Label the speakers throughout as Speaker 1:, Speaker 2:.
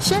Speaker 1: 生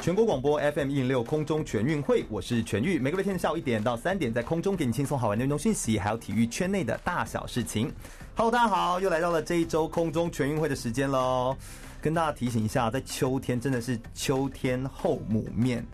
Speaker 2: 全国广播 FM 一零六空中全运会，我是全玉。每个月天下午一点到三点，在空中给你轻松好玩的运动讯息，还有体育圈内的大小事情。Hello，大家好，又来到了这一周空中全运会的时间喽。跟大家提醒一下，在秋天真的是秋天后母面，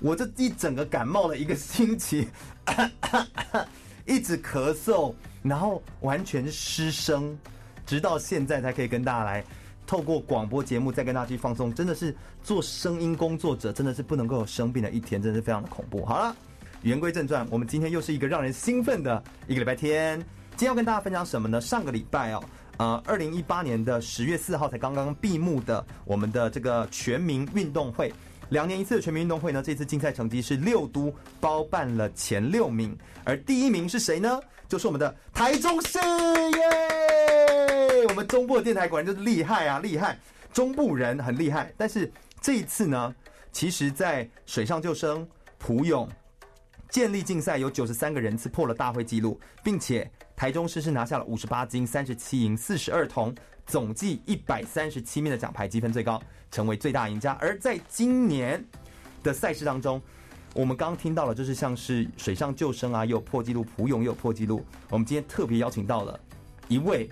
Speaker 2: 我这一整个感冒了一个星期，咳咳咳一直咳嗽，然后完全失声，直到现在才可以跟大家来。透过广播节目再跟大家去放松，真的是做声音工作者，真的是不能够有生病的一天，真的是非常的恐怖。好了，言归正传，我们今天又是一个让人兴奋的一个礼拜天。今天要跟大家分享什么呢？上个礼拜哦，呃，二零一八年的十月四号才刚刚闭幕的我们的这个全民运动会。两年一次的全民运动会呢，这次竞赛成绩是六都包办了前六名，而第一名是谁呢？就是我们的台中市耶！我们中部的电台果然就是厉害啊，厉害！中部人很厉害，但是这一次呢，其实在水上救生、普泳、健力竞赛有九十三个人次破了大会纪录，并且台中市是拿下了五十八金、三十七银、四十二铜，总计一百三十七面的奖牌，积分最高，成为最大赢家。而在今年的赛事当中，我们刚刚听到了，就是像是水上救生啊，也有破纪录，普泳也有破纪录。我们今天特别邀请到了一位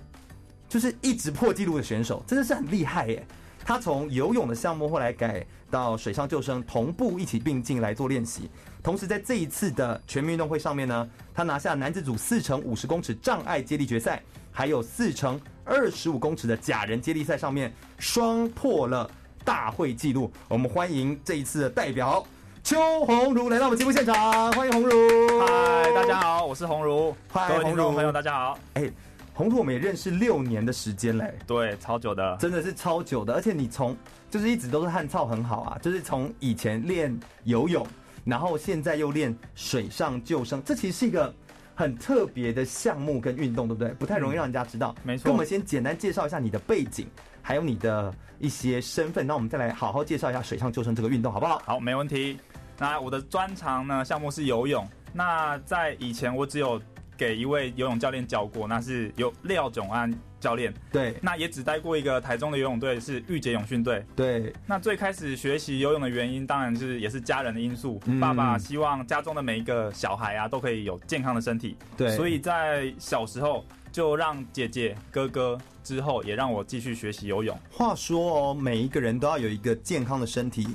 Speaker 2: 就是一直破纪录的选手，真的是很厉害耶！他从游泳的项目后来改到水上救生，同步一起并进来做练习。同时在这一次的全民运动会上面呢，他拿下男子组四乘五十公尺障碍接力决赛，还有四乘二十五公尺的假人接力赛上面双破了大会纪录。我们欢迎这一次的代表邱鸿儒来到我们节目现场，欢迎鸿儒。
Speaker 3: 嗨，大家。好，我是鸿儒。
Speaker 2: 嗨
Speaker 3: 各位听
Speaker 2: 鸿
Speaker 3: 众
Speaker 2: 儒
Speaker 3: 朋友，大家好。
Speaker 2: 哎，鸿儒我们也认识六年的时间嘞。
Speaker 3: 对，超久的，
Speaker 2: 真的是超久的，而且你从就是一直都是汗操很好啊，就是从以前练游泳，然后现在又练水上救生，这其实是一个很特别的项目跟运动，对不对？不太容易让人家知道。
Speaker 3: 没错
Speaker 2: 跟我们先简单介绍一下你的背景，还有你的一些身份，那我们再来好好介绍一下水上救生这个运动，好不好？
Speaker 3: 好，没问题。那我的专长呢，项目是游泳。那在以前我只有给一位游泳教练教过，那是有廖炯安教练。
Speaker 2: 对
Speaker 3: 那也只带过一个台中的游泳队，是御姐泳训队。
Speaker 2: 对，
Speaker 3: 那最开始学习游泳的原因，当然是也是家人的因素。
Speaker 2: 嗯
Speaker 3: 爸爸希望家中的每一个小孩啊，都可以有健康的身体。
Speaker 2: 对
Speaker 3: 所以在小时候就让姐姐、哥哥之后，也让我继续学习游泳。
Speaker 2: 话说哦，每一个人都要有一个健康的身体，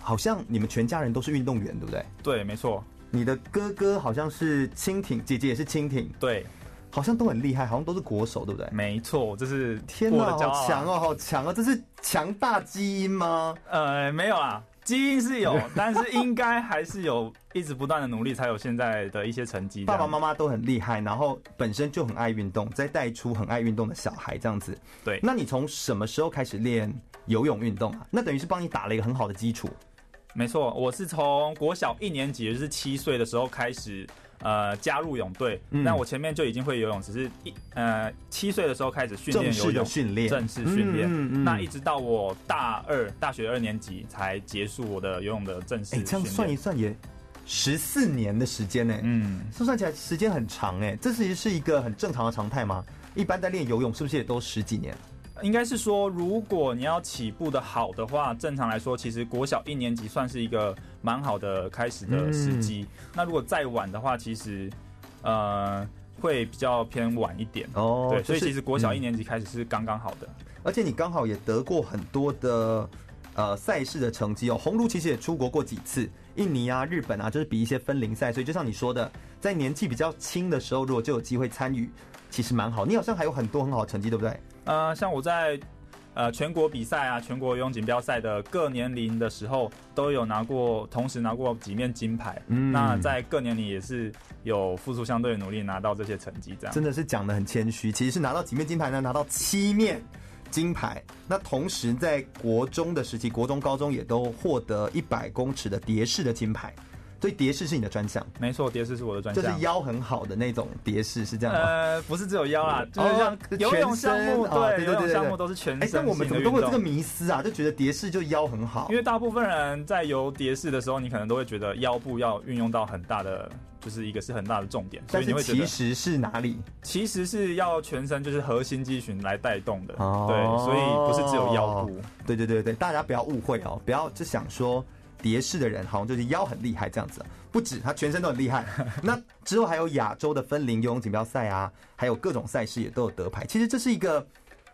Speaker 2: 好像你们全家人都是运动员，对不对？
Speaker 3: 对，没错，
Speaker 2: 你的哥哥好像是蜻蜓，姐姐也是蜻蜓，
Speaker 3: 对，
Speaker 2: 好像都很厉害，好像都是国手，对不对？
Speaker 3: 没错，这是
Speaker 2: 天
Speaker 3: 我
Speaker 2: 哪，
Speaker 3: 嗯的骄傲
Speaker 2: 好
Speaker 3: 啊
Speaker 2: 强！哦，好强哦！这是强大基因吗？
Speaker 3: 呃，没有啦，基因是有，但是应该还是有一直不断的努力，才有现在的一些成绩。
Speaker 2: 爸爸
Speaker 3: 妈
Speaker 2: 妈妈都很厉害，然后本身就很爱运动，再带出很爱运动的小孩这样子。
Speaker 3: 对
Speaker 2: 那你从什么时候开始练游泳运动啊？那等于是帮你打了一个很好的基础。
Speaker 3: 没错，我是从国小一年级，也就是七岁的时候开始。呃，加入泳队，
Speaker 2: 嗯
Speaker 3: 那我前面就已经会游泳，只是一呃七岁的时候开始训
Speaker 2: 正
Speaker 3: 练
Speaker 2: 式
Speaker 3: 游
Speaker 2: 的
Speaker 3: 泳，
Speaker 2: 训练
Speaker 3: 正式训
Speaker 2: 嗯
Speaker 3: 练。
Speaker 2: 嗯嗯
Speaker 3: 那一直到我大二大学二年级才结束我的游泳的正式
Speaker 2: 哎、
Speaker 3: 训练。
Speaker 2: 这样算一算也十四年的时间呢、
Speaker 3: 嗯，
Speaker 2: 这算起来时间很长哎、这其实是一个很正常的常态吗？一般在练游泳是不是也都十几年？
Speaker 3: 应该是说，如果你要起步的好的话，正常来说，其实国小一年级算是一个蛮好的开始
Speaker 2: 嗯
Speaker 3: 的时机。那如果再晚的话，其实呃会比较偏晚一点。
Speaker 2: 哦
Speaker 3: 对，所以
Speaker 2: 就是
Speaker 3: 其实国小
Speaker 2: 嗯
Speaker 3: 一年级开始是刚刚好的。
Speaker 2: 而且你刚好也得过很多的呃赛事的成绩哦。鸿儒其实也出国过几次，印尼啊、日本啊，就是比一些分龄赛。所以就像你说的，在年纪比较轻的时候，如果就有机会参与，其实蛮好。你好像还有很多很好的成绩，对不对？
Speaker 3: 呃，像我在呃全国比赛啊、全国游泳锦标赛的各年龄的时候，都有拿过，同时拿过几面金牌。
Speaker 2: 嗯
Speaker 3: 那在各年龄也是有付出相对的努力，拿到这些成绩，这样。
Speaker 2: 真的是讲的很谦虚，其实是拿到几面金牌呢？拿到七面。金牌。那同时在国中的时期，国中、高中也都获得一百公尺的蝶式的金牌，所以蝶式是你的专项，
Speaker 3: 没错，蝶式是我的专
Speaker 2: 就是
Speaker 3: 项。
Speaker 2: 腰很好的那种蝶式，是这样吗？
Speaker 3: 呃，不是只有腰啦，就
Speaker 2: 哦
Speaker 3: 是像
Speaker 2: 全
Speaker 3: 游泳项目，
Speaker 2: 身哦对对对
Speaker 3: 游泳
Speaker 2: 对
Speaker 3: 项
Speaker 2: 对
Speaker 3: 目都是全身
Speaker 2: 哎、
Speaker 3: 性
Speaker 2: 但
Speaker 3: 的
Speaker 2: 我们怎么
Speaker 3: 运
Speaker 2: 都会有这个
Speaker 3: 动
Speaker 2: 迷思啊，就觉得蝶式就腰很好
Speaker 3: 因。为大部分人在游蝶式的时候，你可能都会觉得腰部要运用到很大的，就是一个是很大的重点，所
Speaker 2: 但
Speaker 3: 以你
Speaker 2: 是
Speaker 3: 会觉
Speaker 2: 其
Speaker 3: 得
Speaker 2: 实是哪里？
Speaker 3: 其实是要全身就是核心肌群来带动的，
Speaker 2: 哦
Speaker 3: 对，所以不是只有腰部。
Speaker 2: 对对对对，大家不要误会哦，不要就想说蝶式的人好像就是腰很厉害这样子，不止他全身都很厉害。 那之后还有亚洲的分龄游泳锦标赛啊，还有各种赛事也都有得牌。其实这是一个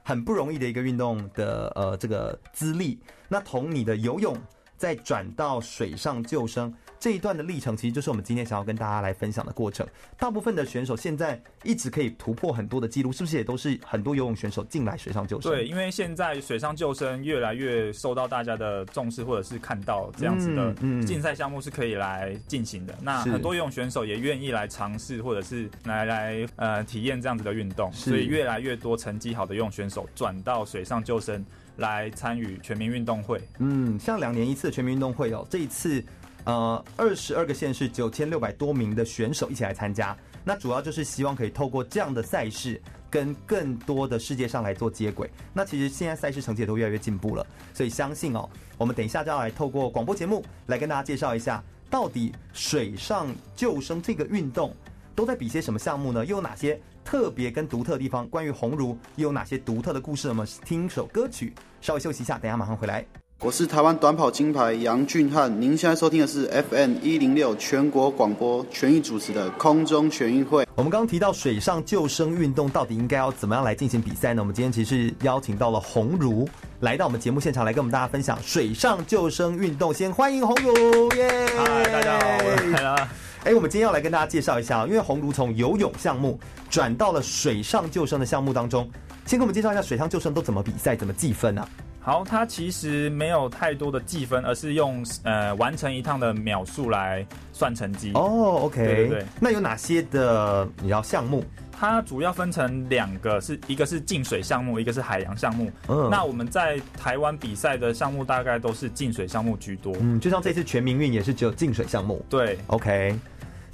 Speaker 2: 很不容易的一个运动的呃这个资历。那从你的游泳再转到水上救生这一段的历程，其实就是我们今天想要跟大家来分享的过程。大部分的选手现在一直可以突破很多的记录，是不是也都是很多游泳选手进来水上救生？
Speaker 3: 对，因为现在水上救生越来越受到大家的重视，或者是看到这样子的
Speaker 2: 嗯嗯
Speaker 3: 竞赛项目是可以来进行的。那
Speaker 2: 是
Speaker 3: 很多游泳选手也愿意来尝试，或者是来来呃体验这样子的运动，
Speaker 2: 是
Speaker 3: 所以越来越多成绩好的游泳选手转到水上救生来参与全民运动会。
Speaker 2: 嗯，像两年一次的全民运动会哦，这一次，呃，二十二个县市九千六百多名的选手一起来参加，那主要就是希望可以透过这样的赛事。跟更多的世界上来做接轨，那其实现在赛事成绩也都越来越进步了，所以相信哦，我们等一下就要来透过广播节目来跟大家介绍一下，到底水上救生这个运动都在比些什么项目呢？又有哪些特别跟独特的地方？关于鸿儒又有哪些独特的故事？我们听一首歌曲，稍微休息一下，等一下马上回来。
Speaker 4: 我是台湾短跑金牌杨俊翰，您现在收听的是 FM 一零六全国广播全域主持的空中全运会。
Speaker 2: 我们刚刚提到水上救生运动到底应该要怎么样来进行比赛呢？我们今天其实是邀请到了鸿儒来到我们节目现场来跟我们大家分享水上救生运动。先欢迎鸿儒，耶！
Speaker 3: 嗨，大家好，我来了。
Speaker 2: 哎，我们今天要来跟大家介绍一下啊，因为鸿儒从游泳项目转到了水上救生的项目当中。先给我们介绍一下水上救生都怎么比赛、怎么计分啊？
Speaker 3: 好，它其实没有太多的计分，而是用呃完成一趟的秒数来算成绩。
Speaker 2: 哦，OK、o k
Speaker 3: 嗯对对对
Speaker 2: 那有哪些的你知道项目？
Speaker 3: 它主要分成两个，是一个是进水项目，一个是海洋项目。
Speaker 2: 嗯
Speaker 3: 那我们在台湾比赛的项目大概都是进水项目居多。
Speaker 2: 嗯，就像这次全民运也是只有进水项目。
Speaker 3: 对
Speaker 2: OK，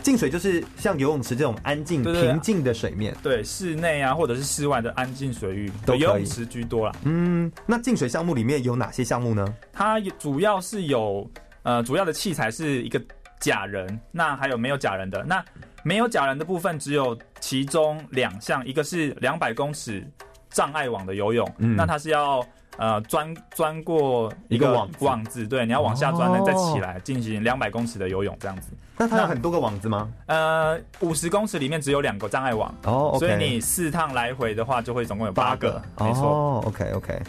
Speaker 2: 静水就是像游泳池这种安静、
Speaker 3: 对对对
Speaker 2: 平静的水面。
Speaker 3: 对，室内啊，或者是室外的安静水域，
Speaker 2: 都可
Speaker 3: 对
Speaker 2: 以
Speaker 3: 游泳池居多啦。
Speaker 2: 嗯，那静水项目里面有哪些项目呢？
Speaker 3: 它呃主要是有呃主要的器材是一个假人，那还有没有假人的？那没有假人的部分只有其中两项，一个是两百公尺障碍网的游泳，
Speaker 2: 嗯
Speaker 3: 那它是要。呃，钻钻过
Speaker 2: 一个网子
Speaker 3: 网子，对，你要往下钻呢
Speaker 2: 哦，
Speaker 3: 再起来进行两百公尺的游泳这样子。
Speaker 2: 那它有
Speaker 3: 那
Speaker 2: 很多个网子吗？
Speaker 3: 呃，五十公尺里面只有两个障碍网
Speaker 2: 哦，OK，
Speaker 3: 所以你四趟来回的话，就会总共有八个，没错。
Speaker 2: 哦，OK OK，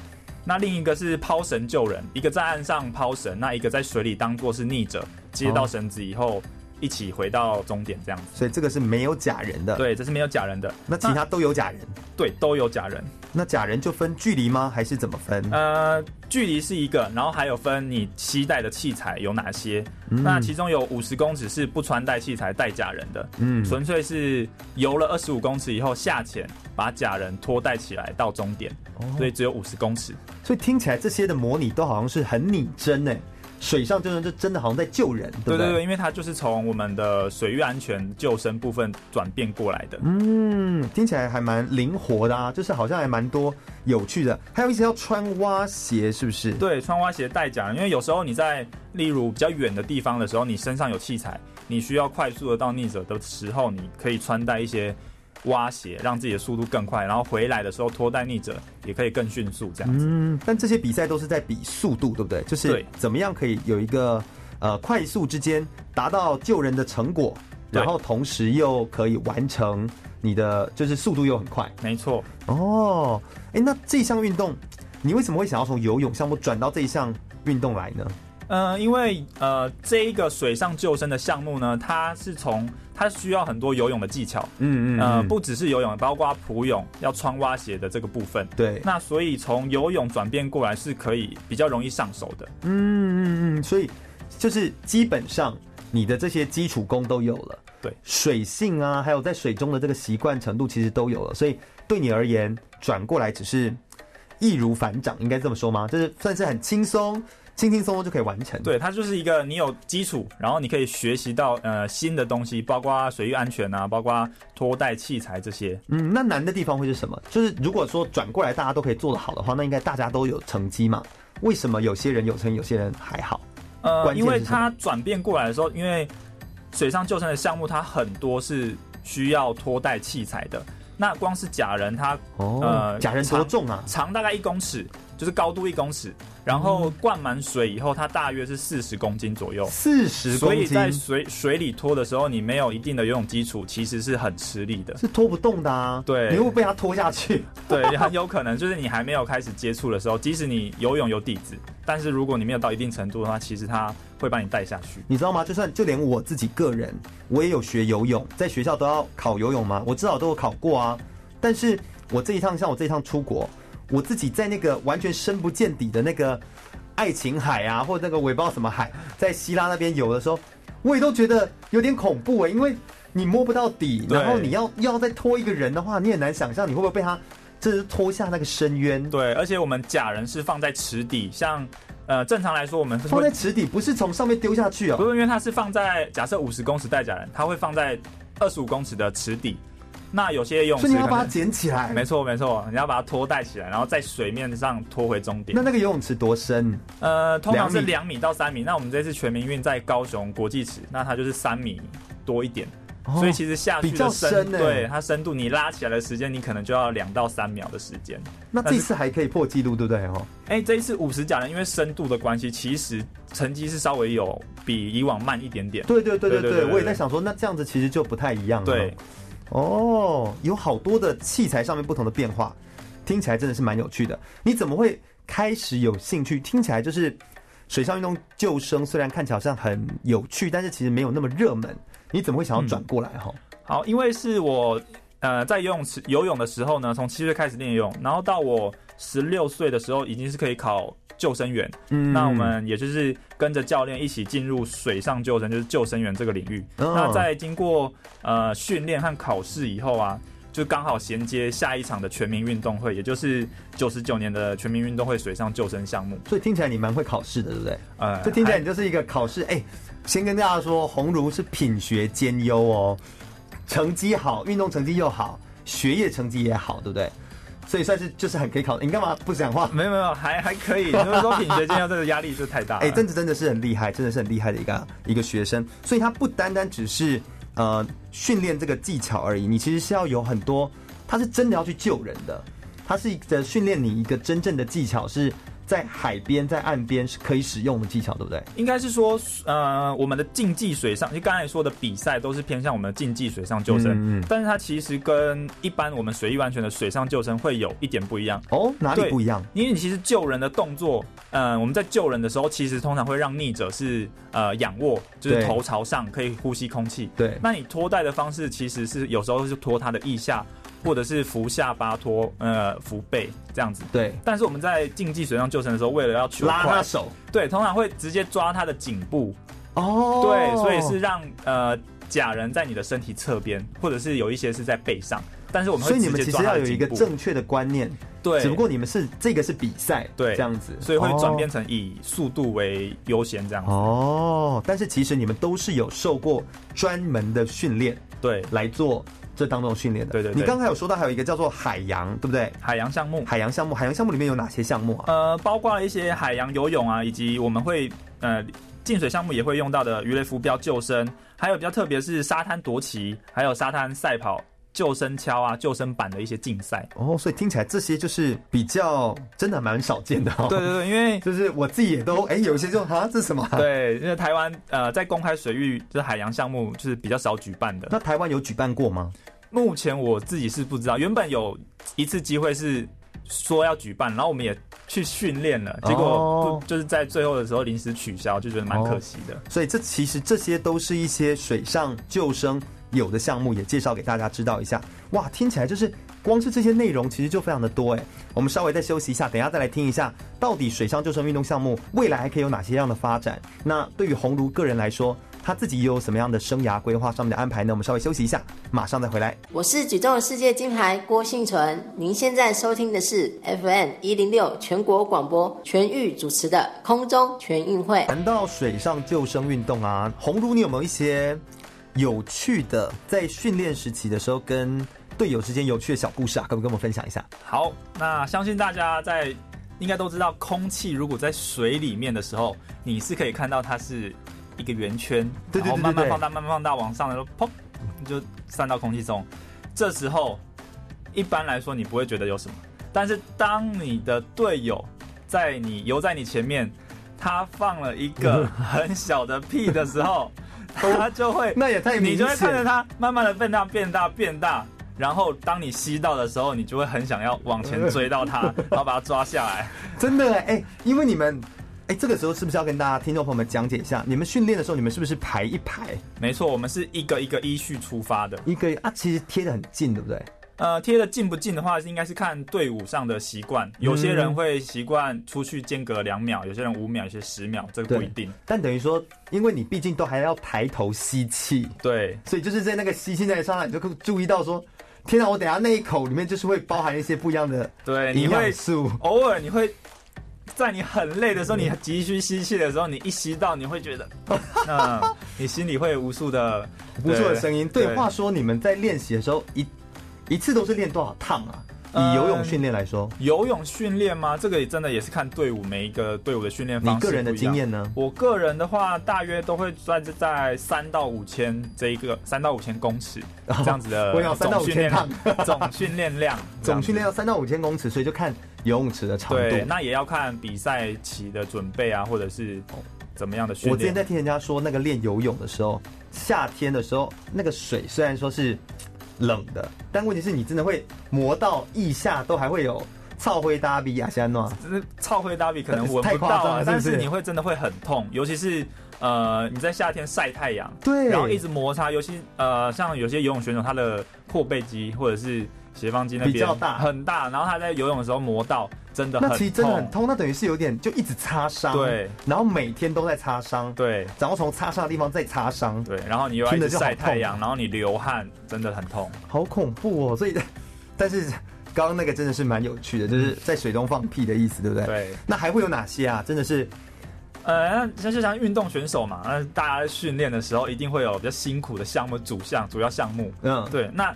Speaker 3: 那另一个是抛绳救人，一个在岸上抛绳，那一个在水里当做是逆者，接到绳子以后一起回到终点这样子。
Speaker 2: 所以这个是没有假人的。，
Speaker 3: 对，这是没有假人的。
Speaker 2: 那其他都有假人。
Speaker 3: 对都有假人。
Speaker 2: 那假人就分距离吗？还是怎么分？
Speaker 3: 呃，距离是一个，然后还有分你携带的器材有哪些。
Speaker 2: 嗯
Speaker 3: 那其中有五十公尺是不穿戴器材带假人的，
Speaker 2: 嗯，
Speaker 3: 纯粹是游了二十五公尺以后下潜，把假人拖带起来到终点，
Speaker 2: 哦
Speaker 3: 所以只有五十公尺。
Speaker 2: 所以听起来这些的模拟都好像是很拟真诶，水上救生就真的好像在救人，对不
Speaker 3: 对对对，
Speaker 2: 对
Speaker 3: 因为它就是从我们的水域安全救生部分转变过来的。
Speaker 2: 嗯，听起来还蛮灵活的啊，就是好像还蛮多有趣的。还有一些要穿蛙鞋，是不是？
Speaker 3: 对，穿蛙鞋带假人，因为有时候你在例如比较远的地方的时候，你身上有器材，你需要快速的到逆者的时候，你可以穿戴一些蛙鞋，让自己的速度更快，然后回来的时候拖带逆者也可以更迅速这样子。
Speaker 2: 嗯，但这些比赛都是在比速度，对不对？就是
Speaker 3: 对
Speaker 2: 怎么样可以有一个呃快速之间达到救人的成果，
Speaker 3: 对
Speaker 2: 然后同时又可以完成你的，就是速度又很快。
Speaker 3: 没错，
Speaker 2: 哦，哎，那这项运动，你为什么会想要从游泳项目转到这一项运动来呢？
Speaker 3: 嗯、因为呃，这一个水上救生的项目呢，它是从它需要很多游泳的技巧，
Speaker 2: 嗯
Speaker 3: 呃，不只是游泳，包括普泳要穿蛙鞋的这个部分。
Speaker 2: 对，
Speaker 3: 那所以从游泳转变过来是可以比较容易上手的，
Speaker 2: 嗯嗯嗯，所以就是基本上你的这些基础功都有了，
Speaker 3: 对
Speaker 2: 水性啊，还有在水中的这个习惯程度其实都有了，所以对你而言转过来只是易如反掌，应该这么说吗？就是算是很轻松，轻轻松松就可以完成。，
Speaker 3: 对，它就是一个你有基础，然后你可以学习到呃新的东西，包括水域安全啊，包括拖带器材这些。
Speaker 2: 嗯，那难的地方会是什么？就是如果说转过来大家都可以做得好的话，那应该大家都有成绩嘛？为什么有些人有成，有些人还好？
Speaker 3: 呃，
Speaker 2: 关键
Speaker 3: 因为
Speaker 2: 是什么
Speaker 3: 它转变过来的时候，因为水上救生的项目它很多是需要拖带器材的，那光是假人它
Speaker 2: 哦，
Speaker 3: 呃
Speaker 2: 假人多重啊？
Speaker 3: 长大概一公尺，就是高度一公尺，然
Speaker 2: 嗯
Speaker 3: 后灌满水以后，它大约是四十公斤左右。
Speaker 2: 四十
Speaker 3: 所
Speaker 2: 公
Speaker 3: 以
Speaker 2: 斤。
Speaker 3: 在水水里拖的时候，你没有一定的游泳基础，其实是很吃力的
Speaker 2: 是拖不动的啊。
Speaker 3: 对
Speaker 2: 你会不会被他拖下去。
Speaker 3: 对，很有可能就是你还没有开始接触的时候，即使你游泳有底子，但是如果你没有到一定程度的话，其实它会把你带下去。
Speaker 2: 你知道吗？就算就连我自己个人，我也有学游泳，在学校都要考游泳吗？我至少都有考过啊。但是我这一趟，像我这一趟出国，我自己在那个完全深不见底的那个爱琴海啊，或者那个我也不知道什么海，在希腊那边游的时候，我也都觉得有点恐怖欸诶、因为你摸不到底，
Speaker 3: 对
Speaker 2: 然后你要要再拖一个人的话，你很难想象你会不会被他这是拖下那个深渊。
Speaker 3: 对，而且我们假人是放在池底，像呃正常来说我们是
Speaker 2: 放在
Speaker 3: 会
Speaker 2: 池底，不是从上面丢下去哦
Speaker 3: 不。是因为它是放在假设五十公尺带假人，它会放在二十五公尺的池底。那有些游泳
Speaker 2: 所以
Speaker 3: 池
Speaker 2: 你
Speaker 3: 可
Speaker 2: 要把它
Speaker 3: 能
Speaker 2: 捡起来。
Speaker 3: 没错没错，你要把它拖带起来，然后在水面上拖回终点
Speaker 2: 那。那个游泳池多深？
Speaker 3: 呃，通常是
Speaker 2: 两
Speaker 3: 两米到三米。那我们这次全民运在高雄国际池，那它就是三米多一点，
Speaker 2: 哦
Speaker 3: 所以其实下去
Speaker 2: 比
Speaker 3: 的
Speaker 2: 较
Speaker 3: 深，
Speaker 2: 深欸
Speaker 3: 对它深度你拉起来的时间，你可能就要两到三秒的时间。
Speaker 2: 那这次还可以破纪录，对不对？哦，
Speaker 3: 哎、这一次五十甲呢，因为深度的关系，其实成绩是稍微有比以往慢一点点。
Speaker 2: 对对对对
Speaker 3: 对对
Speaker 2: 对，
Speaker 3: 对
Speaker 2: 我也在想说，那这样子其实就不太一样了。
Speaker 3: 对，
Speaker 2: 哦，有好多的器材上面不同的变化，听起来真的是蛮有趣的。你怎么会开始有兴趣？听起来就是水上运动救生，虽然看起来好像很有趣，但是其实没有那么热门。你怎么会想要
Speaker 3: 嗯
Speaker 2: 转过来？哦哈、
Speaker 3: 好，因为是我呃在游泳池游泳的时候呢，从七岁开始练游泳，然后到我十六岁的时候，已经是可以考救生员。
Speaker 2: 嗯
Speaker 3: 那我们也就是跟着教练一起进入水上救生，就是救生员这个领域。
Speaker 2: 哦
Speaker 3: 那在经过呃训练和考试以后啊，就刚好衔接下一场的全民运动会，也就是九十九年的全民运动会水上救生项目。
Speaker 2: 所以听起来你蛮会考试的，对不对？
Speaker 3: 呃，
Speaker 2: 这听起来你就是一个考试。哎、先跟大家说，鸿儒是品学兼优哦，成绩好，运动成绩又好，学业成绩也好，对不对？所以算是就是很可以考。你干嘛不讲话
Speaker 3: 还？没有没有，还还可以。就是说品学兼优，这个压力就太大 了。
Speaker 2: 哎、真的真的是很厉害，真的是很厉害的一个一个学生。所以他不单单只是呃训练这个技巧而已，你其实是要有很多，他是真的要去救人的，他是一个训练你一个真正的技巧是。在海边，在岸边是可以使用的技巧，对不对？
Speaker 3: 应该是说，呃，我们的竞技水上，就刚才说的比赛都是偏向我们的竞技水上救生，
Speaker 2: 嗯嗯嗯
Speaker 3: 但是它其实跟一般我们水域安全的水上救生会有一点不一样。
Speaker 2: 哦，哪里
Speaker 3: 对
Speaker 2: 不一样？
Speaker 3: 因为你其实救人的动作，呃，我们在救人的时候，其实通常会让溺者是呃仰卧，就
Speaker 2: 对
Speaker 3: 是头朝上，可以呼吸空气。
Speaker 2: 对
Speaker 3: 那你拖带的方式，其实是有时候是拖他的腋下，或者是扶下巴拖，呃，扶背这样子。
Speaker 2: 对，
Speaker 3: 但是我们在竞技水上救生的时候，为了要求
Speaker 2: 拉
Speaker 3: 快
Speaker 2: 他，手，
Speaker 3: 对，通常会直接抓他的颈部，
Speaker 2: 哦，
Speaker 3: 对，所以是让呃假人在你的身体侧边，或者是有一些是在背上，但是我们
Speaker 2: 所
Speaker 3: 会
Speaker 2: 以你们
Speaker 3: 直
Speaker 2: 其
Speaker 3: 接
Speaker 2: 实
Speaker 3: 抓
Speaker 2: 要
Speaker 3: 他的
Speaker 2: 有一
Speaker 3: 颈
Speaker 2: 个
Speaker 3: 部，
Speaker 2: 正确的观念，
Speaker 3: 对，
Speaker 2: 只不过你们是这个是比赛，
Speaker 3: 对
Speaker 2: 这样子，
Speaker 3: 所以会转变
Speaker 2: 哦。
Speaker 3: 成以速度为优先这样子。
Speaker 2: 哦，但是其实你们都是有受过专门的训练
Speaker 3: 对，
Speaker 2: 来做这当中的训练的。
Speaker 3: 对对对
Speaker 2: 你刚才有说到还有一个叫做海洋，对不对？
Speaker 3: 海洋项目，
Speaker 2: 海洋项目，海洋项目里面有哪些项目啊？
Speaker 3: 呃，包括了一些海洋游泳啊，以及我们会呃进水项目也会用到的鱼类浮标救生，还有比较特别是沙滩夺旗，还有沙滩赛跑、救生橇啊、救生板的一些竞赛。
Speaker 2: 哦，所以听起来这些就是比较真的蛮少见的、哦。
Speaker 3: 对，对对，因为
Speaker 2: 就是我自己也都哎、有一些就啊这是什么啊？
Speaker 3: 对，因为台湾呃在公开水域就是海洋项目就是比较少举办的。
Speaker 2: 那台湾有举办过吗？
Speaker 3: 目前我自己是不知道，原本有一次机会是说要举办，然后我们也去训练了，结果
Speaker 2: 哦
Speaker 3: 不、就是在最后的时候临时取消，就觉得蛮可惜的。
Speaker 2: 所以这其实这些都是一些水上救生有的项目，也介绍给大家知道一下。哇，听起来就是光是这些内容其实就非常的多哎。我们稍微再休息一下，等一下再来听一下到底水上救生运动项目未来还可以有哪些样的发展。那对于鸿儒个人来说，他他自己又有什么样的生涯规划上面的安排呢？我们稍微休息一下，马上再回来。
Speaker 5: 我是举重世界金牌郭幸存，您现在收听的是 FM 一零六全国广播全域主持的空中全运会。
Speaker 2: 谈到水上救生运动啊，红如你有没有一些有趣的在训练时期的时候跟队友之间有趣的小故事啊？可不可以跟我们分享一下？
Speaker 3: 好，那相信大家在应该都知道，空气如果在水里面的时候，你是可以看到它是一个圆圈，
Speaker 2: 对对对
Speaker 3: 然后慢
Speaker 2: 对对
Speaker 3: 慢放大，慢慢放大往上，然后砰，你就散到空气中。这时候一般来说你不会觉得有什么，但是当你的队友在你游在你前面，他放了一 个很小的屁的时候，他就会
Speaker 2: 那也太明
Speaker 3: 你就会看着
Speaker 2: 显，
Speaker 3: 它慢慢的变大、变大、变大，然后当你吸到的时候，你就会很想要往前追 到它，然后把它抓下来。
Speaker 2: 真的哎、因为你们哎、这个时候是不是要跟大家听众朋友们讲解一下，你们训练的时候你们是不是排一排
Speaker 3: 没错，我们是一个一个依序出发的。
Speaker 2: 一个啊？其实贴的很近，对不对？
Speaker 3: 呃，贴的近不近的话，应该是看队伍上的习
Speaker 2: 嗯
Speaker 3: 惯。有些人会习惯出去间隔两秒，有些人五秒，有些十秒，这个不
Speaker 2: 对
Speaker 3: 一定。
Speaker 2: 但等于说，因为你毕竟都还要抬头吸气，
Speaker 3: 对，
Speaker 2: 所以就是在那个吸气那一刹那，你就注意到说，天啊，我等一下那一口里面就是会包含一些不一样的
Speaker 3: 对，你
Speaker 2: 营养
Speaker 3: 会
Speaker 2: 素。
Speaker 3: 偶尔你会在你很累的时候，你急需吸气的时候，你一吸到，你会觉得， 嗯，你心里会有无数的
Speaker 2: 不错的声音。对，
Speaker 3: 对
Speaker 2: 话说你们在练习的时候，一一次都是练多少趟啊？以
Speaker 3: 呃
Speaker 2: 游泳训练来说，
Speaker 3: 游泳训练吗？这个也真的也是看队伍每一个队伍的训练方
Speaker 2: 你
Speaker 3: 式。
Speaker 2: 个人的经，验呢？
Speaker 3: 我个人的话，大约都会在在三到五千这一个三到五千公尺这样子的
Speaker 2: 哦我想3到
Speaker 3: 总训练
Speaker 2: 5000
Speaker 3: 总训 练量，这样
Speaker 2: 总
Speaker 3: 子
Speaker 2: 训练要三到五千公尺，所以就看游泳池的长
Speaker 3: 对，
Speaker 2: 度。
Speaker 3: 那也要看比赛期的准备啊，或者是怎么样的训
Speaker 2: 哦我之前
Speaker 3: 练。
Speaker 2: 在听人家说，那个练游泳的时候，夏天的时候，那个水虽然说是冷的，但问题是你真的会磨到腋下都还会有操灰搭逼啊，现在 弄
Speaker 3: 只是超会打比可能
Speaker 2: 太
Speaker 3: 闻
Speaker 2: 太
Speaker 3: 不
Speaker 2: 夸
Speaker 3: 到
Speaker 2: 张
Speaker 3: 啊
Speaker 2: 了，
Speaker 3: 但
Speaker 2: 是不
Speaker 3: 是
Speaker 2: 是
Speaker 3: 你会真的会很痛，尤其是呃你在夏天晒太阳，
Speaker 2: 对，
Speaker 3: 然后一直摩擦，尤其呃，像有些游泳选手，他的阔背肌或者是斜方肌那边
Speaker 2: 比较大
Speaker 3: 很大，然后他在游泳的时候磨到，真的很
Speaker 2: 那其实真的很。痛，那等于是有点就一直擦伤，
Speaker 3: 对，
Speaker 2: 然后每天都在擦伤，
Speaker 3: 对
Speaker 2: 然后从擦伤的地方再擦伤，
Speaker 3: 对，然后你又要一
Speaker 2: 听着
Speaker 3: 直
Speaker 2: 就好
Speaker 3: 晒太阳，
Speaker 2: 痛
Speaker 3: 然后你流汗，真的很痛。
Speaker 2: 好恐怖哦！所以，但是刚刚那个真的是蛮有趣的，就是在水中放屁的意思，对不对？。
Speaker 3: 对，
Speaker 2: 那还会有哪些啊？真的是
Speaker 3: 呃，那就像运动选手嘛，那大家训练的时候一定会有比较辛苦的项目主项主要项目。
Speaker 2: 嗯，
Speaker 3: 对，那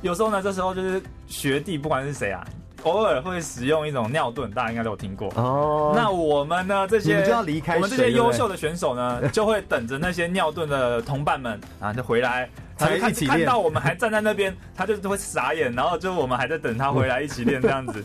Speaker 3: 有时候呢，这时候就是学弟不管是谁啊，偶尔会使用一种尿遁，大家应该都有听过。
Speaker 2: 哦，
Speaker 3: 那我们呢？这
Speaker 2: 你
Speaker 3: 些
Speaker 2: 们就要离开
Speaker 3: 我们这
Speaker 2: 水
Speaker 3: 些
Speaker 2: 对不
Speaker 3: 优
Speaker 2: 对
Speaker 3: 秀的选 手呢，就会等着那些尿遁的同伴们啊，就回来，
Speaker 2: 才
Speaker 3: 他就看
Speaker 2: 一起练
Speaker 3: 看到我们还站在那边，他就会傻眼，然后就我们还在等他回来一起练这样子。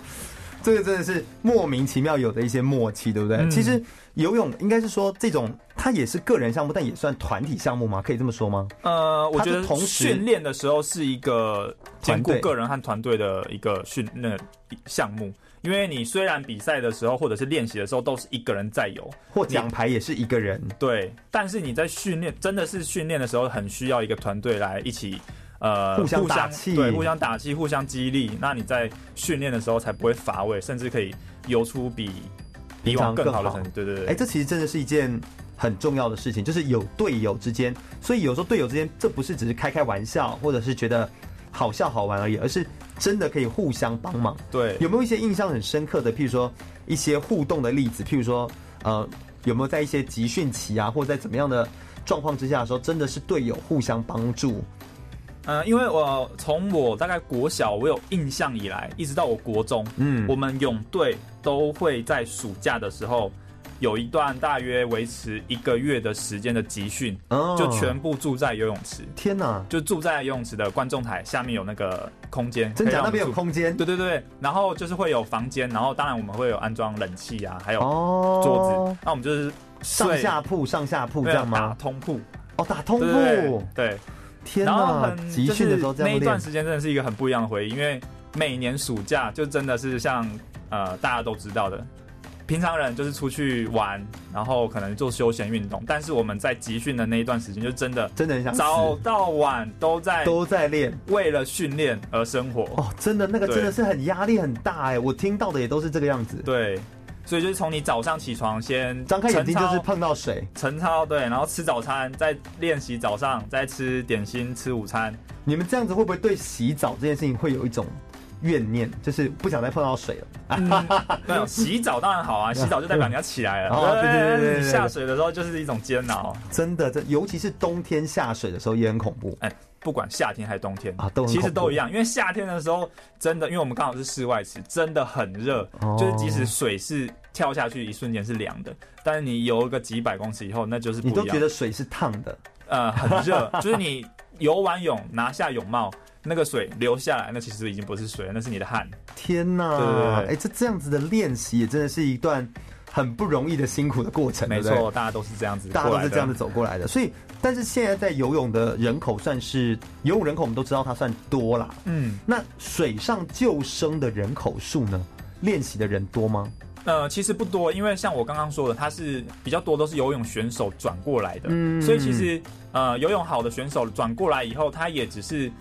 Speaker 2: 这个真的是莫名其妙有的一些默契，对不对？
Speaker 3: 嗯
Speaker 2: 其实游泳应该是说这种它也是个人项目，但也算团体项目吗？可以这么说吗？
Speaker 3: 呃，我
Speaker 2: 他
Speaker 3: 觉
Speaker 2: 是
Speaker 3: 得
Speaker 2: 同时
Speaker 3: 训练的时候是一个兼顾
Speaker 2: 团队
Speaker 3: 个人和团队的一个训那个项目，因为你虽然比赛的时候或者是练习的时候都是一个人在游，
Speaker 2: 或奖牌也是一个人，
Speaker 3: 对，但是你在训练，真的是训练的时候，很需要一个团队来一起，呃，
Speaker 2: 互相打气
Speaker 3: 对，互相打气，互相激励。那你在训练的时候才不会乏味，甚至可以游出比以往更好的成绩。对对对，
Speaker 2: 哎、这其实真的是一件很重要的事情，就是有队友之间，所以有时候队友之间，这不是只是开开玩笑，或者是觉得好笑好玩而已，而是真的可以互相帮忙。
Speaker 3: 对
Speaker 2: 有没有一些印象很深刻的，譬如说一些互动的例子，譬如说呃，有没有在一些集训期啊，或者在怎么样的状况之下的时候，真的是队友互相帮助？
Speaker 3: 嗯、因为我从我大概国小我有印象以来，一直到我国中，
Speaker 2: 嗯
Speaker 3: 我们泳队都会在暑假的时候有一段大约维持一个月的时间的集训，
Speaker 2: 哦
Speaker 3: 就全部住在游泳池。
Speaker 2: 天哪，
Speaker 3: 就住在游泳池的观众台下面有那个空间，
Speaker 2: 真
Speaker 3: 可以
Speaker 2: 假那
Speaker 3: 让我们
Speaker 2: 边有
Speaker 3: 住。
Speaker 2: 空间
Speaker 3: 对对对，然后就是会有房间，然后当然我们会有安装冷气啊，还有
Speaker 2: 哦，
Speaker 3: 桌子。那我们就是
Speaker 2: 上
Speaker 3: 睡
Speaker 2: 下铺上下铺
Speaker 3: 没
Speaker 2: 这
Speaker 3: 有
Speaker 2: 样
Speaker 3: 打
Speaker 2: 吗？
Speaker 3: 通铺，
Speaker 2: 哦，打通
Speaker 3: 对对
Speaker 2: 铺，
Speaker 3: 对对，
Speaker 2: 天
Speaker 3: 然后
Speaker 2: 哪！
Speaker 3: 很
Speaker 2: 集
Speaker 3: 就
Speaker 2: 训的
Speaker 3: 是
Speaker 2: 时候这
Speaker 3: 那
Speaker 2: 样
Speaker 3: 一段
Speaker 2: 练。
Speaker 3: 时间真的是一个很不一样的回忆，因为每年暑假就真的是像呃大家都知道的。平常人就是出去玩，然后可能做休闲运动，但是我们在集训的那一段时间，就真的
Speaker 2: 真的很想死
Speaker 3: 早到晚都在
Speaker 2: 都在练
Speaker 3: 为了训练而生活。
Speaker 2: 哦，真的那个
Speaker 3: 对
Speaker 2: 真的是很压力很大哎，我听到的也都是这个样子。
Speaker 3: 对，所以就是从你早上起床先
Speaker 2: 张开眼睛就是
Speaker 3: 晨操
Speaker 2: 碰到水，
Speaker 3: 晨操，对，然后吃早餐，再练习早上，再吃点心，吃午餐。
Speaker 2: 你们这样子会不会对洗澡这件事情会有一种怨念，就是不想再碰到水了？
Speaker 3: 没有洗澡当然好 啊，洗澡就代表你要起来了。
Speaker 2: 哦对对对对对
Speaker 3: 但是
Speaker 2: 对
Speaker 3: 你下水的时候就是一种煎熬。
Speaker 2: 真的，这尤其是冬天下水的时候也很恐怖。
Speaker 3: 哎，不管夏天还是冬天
Speaker 2: 啊都很
Speaker 3: 其实
Speaker 2: 恐怖
Speaker 3: 都一样，因为夏天的时候真的，因为我们刚好是室外池，真的很热，
Speaker 2: 哦
Speaker 3: 就是即使水是跳下去一瞬间是凉的，但是你游个几百公尺以后，那就是不
Speaker 2: 你
Speaker 3: 一
Speaker 2: 都
Speaker 3: 样。
Speaker 2: 觉得水是烫的，
Speaker 3: 呃很热，就是你游完泳拿下泳帽，那个水流下来，那其实已经不是水了，那是你的汗。
Speaker 2: 天
Speaker 3: 对
Speaker 2: 呐！
Speaker 3: 对对
Speaker 2: 哎，这这样子的练习也真的是一段很不容易的辛苦的过程，
Speaker 3: 没
Speaker 2: 对不对
Speaker 3: 错，大家都是这样子过
Speaker 2: 大家
Speaker 3: 来的，
Speaker 2: 都是这样子走过来的。所以，但是现在在游泳的人口算是游泳人口，我们都知道它算多啦。
Speaker 3: 嗯，
Speaker 2: 那水上救生的人口数呢？练习的人多吗？
Speaker 3: 呃，其实不多，因为像我刚刚说的，它是比较多都是游泳选手转过来的，
Speaker 2: 嗯
Speaker 3: 所以其实呃，游泳好的选手转过来以后，他也只是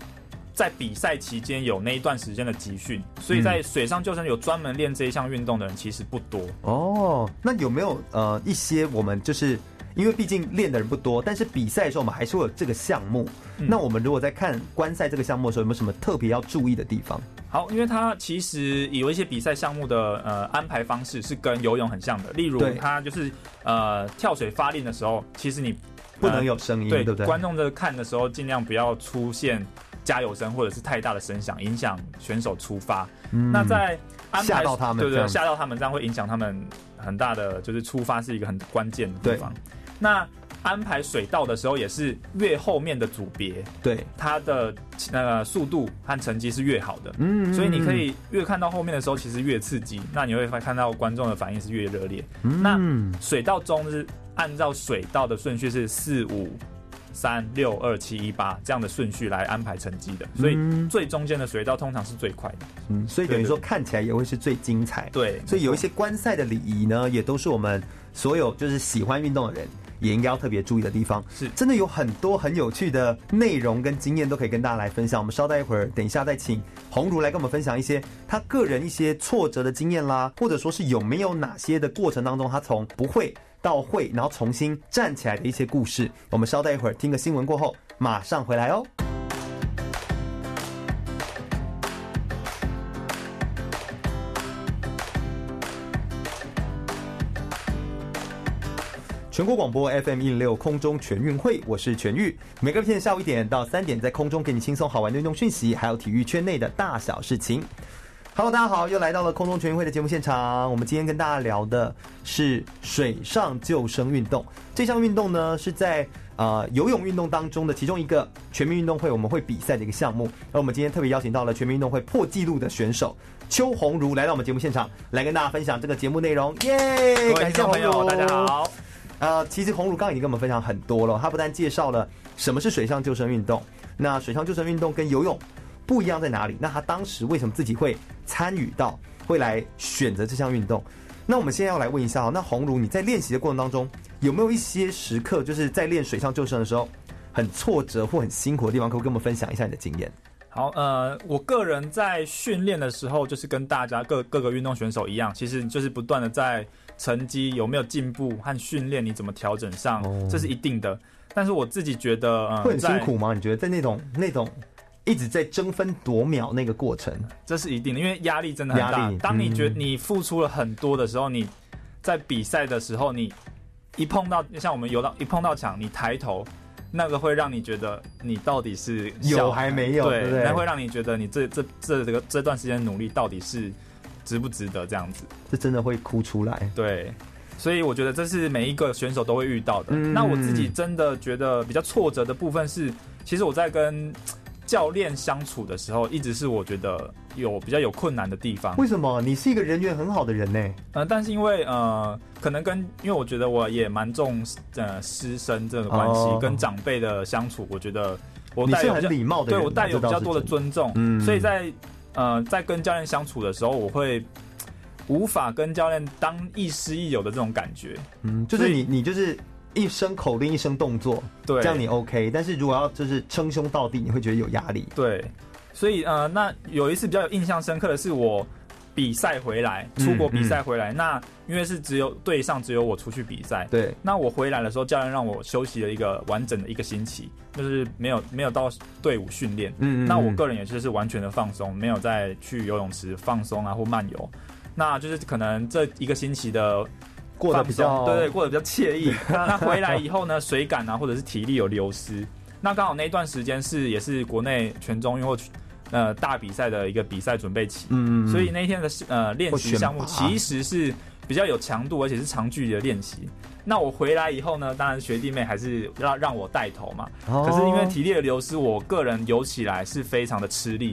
Speaker 3: 在比赛期间有那一段时间的集训，所以
Speaker 2: 嗯
Speaker 3: 在水上救生有专门练这一项运动的人其实不多。
Speaker 2: 哦，那有没有呃一些我们就是因为毕竟练的人不多，但是比赛的时候我们还是会有这个项目。
Speaker 3: 嗯
Speaker 2: 那我们如果在看观赛这个项目的时候，有没有什么特别要注意的地方？
Speaker 3: 好，因为它其实有一些比赛项目的呃安排方式是跟游泳很像的，例如
Speaker 2: 对
Speaker 3: 它就是呃跳水发力的时候，其实你
Speaker 2: 不能
Speaker 3: 有。
Speaker 2: 有声音，
Speaker 3: 呃对
Speaker 2: 对不对？
Speaker 3: 观众在看的时候，尽量不要出现加油声或者是太大的声响，影响选手出发。
Speaker 2: 嗯
Speaker 3: 那在安排
Speaker 2: 吓到他们
Speaker 3: 对
Speaker 2: 这样
Speaker 3: 对，
Speaker 2: 子
Speaker 3: 吓到他们，这样会影响他们很大的，就是出发是一个很关键的地方。那安排水道的时候，也是越后面的组别，
Speaker 2: 对，
Speaker 3: 它的呃速度和成绩是越好的。
Speaker 2: 嗯
Speaker 3: 所以你可以越看到后面的时候，其实越刺激。那你会发看到观众的反应是越热烈。那
Speaker 2: 嗯
Speaker 3: 水道中是按照水道的顺序是四五三六二七一八这样的顺序来安排成绩的，所以
Speaker 2: 嗯
Speaker 3: 最中间的水道通常是最快的。
Speaker 2: 嗯，所以等于
Speaker 3: 对对
Speaker 2: 说看起来也会是最精彩。
Speaker 3: 对，
Speaker 2: 所以有一
Speaker 3: 些
Speaker 2: 些观赛的礼仪呢，也都是我们所有就是喜欢运动的人也应该要特别注意的地方。
Speaker 3: 是
Speaker 2: 真的有很多很有趣的内容跟经验都可以跟大家来分享。我们稍待一会儿，等一下再请鸿儒来跟我们分享一些他个人一些挫折的经验啦，或者说是有没有哪些的过程当中他从不会到会，然后重新站起来的一些故事。我们稍待一会儿听个新闻过后，马上回来哦。全国广播 FM 一零六空中全运会，我是全玉。每个天下午一点到三点，在空中给你轻松好玩的运动讯息，还有体育圈内的大小事情。Hello，大家好，又来到了空中全运会的节目现场。我们今天跟大家聊的是水上救生运动。这项运动呢是在呃游泳运动当中的其中一个全民运动会我们会比赛的一个项目。而我们今天特别邀请到了全民运动会破纪录的选手邱鸿儒来到我们节目现场，来跟大家分享这个节目内容。耶、
Speaker 3: 各位
Speaker 2: 哎感谢
Speaker 3: 听众
Speaker 2: 鸿
Speaker 3: 朋
Speaker 2: 儒，
Speaker 3: 友，大家。好。
Speaker 2: 呃，其实洪儒刚刚已经跟我们分享很多了，他不但介绍了什么是水上救生运动，那水上救生运动跟游泳不一样在哪里？那他当时为什么自己会参与到，会来选择这项运动？那我们现在要来问一下哦，那洪儒你在练习的过程当中，有没有一些时刻就是在练水上救生的时候很挫折或很辛苦的地方？可不可以跟我们分享一下你的经验？
Speaker 3: 好，呃，我个人在训练的时候，就是跟大家各各个运动选手一样，其实就是不断的在成绩有没有进步和训练你怎么调整上，
Speaker 2: 哦
Speaker 3: 这是一定的。但是我自己觉得，呃，
Speaker 2: 会很辛
Speaker 3: 在
Speaker 2: 苦吗？你觉得在那种那种一直在争分夺秒那个过程，
Speaker 3: 这是一定的，因为压力真的很
Speaker 2: 压
Speaker 3: 大
Speaker 2: 力。
Speaker 3: 当你觉得
Speaker 2: 嗯
Speaker 3: 你付出了很多的时候，你在比赛的时候，你一碰到像我们游到一碰到墙，你抬头，那个会让你觉得你到底是
Speaker 2: 有
Speaker 3: 小
Speaker 2: 还没有对
Speaker 3: 对
Speaker 2: 不对
Speaker 3: 那会让你觉得你这这这这个这段时间努力到底是值不值得这样子。
Speaker 2: 这真的会哭出来。
Speaker 3: 对，所以我觉得这是每一个选手都会遇到的。
Speaker 2: 嗯
Speaker 3: 那我自己真的觉得比较挫折的部分是，其实我在跟教练相处的时候，一直是我觉得有比较有困难的地方。
Speaker 2: 为什么？你是一个人缘很好的人呢、
Speaker 3: 呃，但是因为呃，可能跟因为我觉得我也蛮重呃师生这个关系，
Speaker 2: 哦
Speaker 3: 跟长辈的相处，我觉得我
Speaker 2: 你
Speaker 3: 带
Speaker 2: 是
Speaker 3: 有比
Speaker 2: 很
Speaker 3: 较
Speaker 2: 礼貌的
Speaker 3: 对
Speaker 2: 人，
Speaker 3: 我带有比较多
Speaker 2: 这倒是
Speaker 3: 的
Speaker 2: 真
Speaker 3: 尊重，
Speaker 2: 嗯
Speaker 3: 所以在呃在跟教练相处的时候，我会。无法跟教练当亦师亦友的这种感觉，
Speaker 2: 嗯，就是
Speaker 3: 所
Speaker 2: 你
Speaker 3: 以
Speaker 2: 你就是一声口令一声动作，
Speaker 3: 对，
Speaker 2: 这样你 OK。但是如果要就是称兄道弟，你会觉得有压力。
Speaker 3: 对，所以呃，那有一次比较有印象深刻的是我。比赛回来，
Speaker 2: 嗯
Speaker 3: 出国比赛回来，那因为是只有队上只有我出去比赛，
Speaker 2: 对，
Speaker 3: 那我回来的时候，教练让我休息了一个完整的一个星期，就是没有没有到队伍训练。
Speaker 2: 嗯嗯
Speaker 3: 那我
Speaker 2: 嗯
Speaker 3: 个人也就是完全的放松，没有再去游泳池放松啊或漫游。那就是可能这一个星期的
Speaker 2: 过得
Speaker 3: 放
Speaker 2: 比
Speaker 3: 松
Speaker 2: 较
Speaker 3: 对对，过得比较惬 意。那回来以后呢，水感啊或者是体力有流失。那刚好那一段时间是也是国内全中运或呃大比赛的一个比赛准备期，
Speaker 2: 嗯，嗯嗯
Speaker 3: 所以那天的呃练习项目
Speaker 2: 或选拔
Speaker 3: 其实是比较有强度，而且是长距离的练习。那我回来以后呢，当然学弟妹还是让让我带头嘛。可是因为
Speaker 2: 哦
Speaker 3: 体力的流失，我个人游起来是非常的吃力，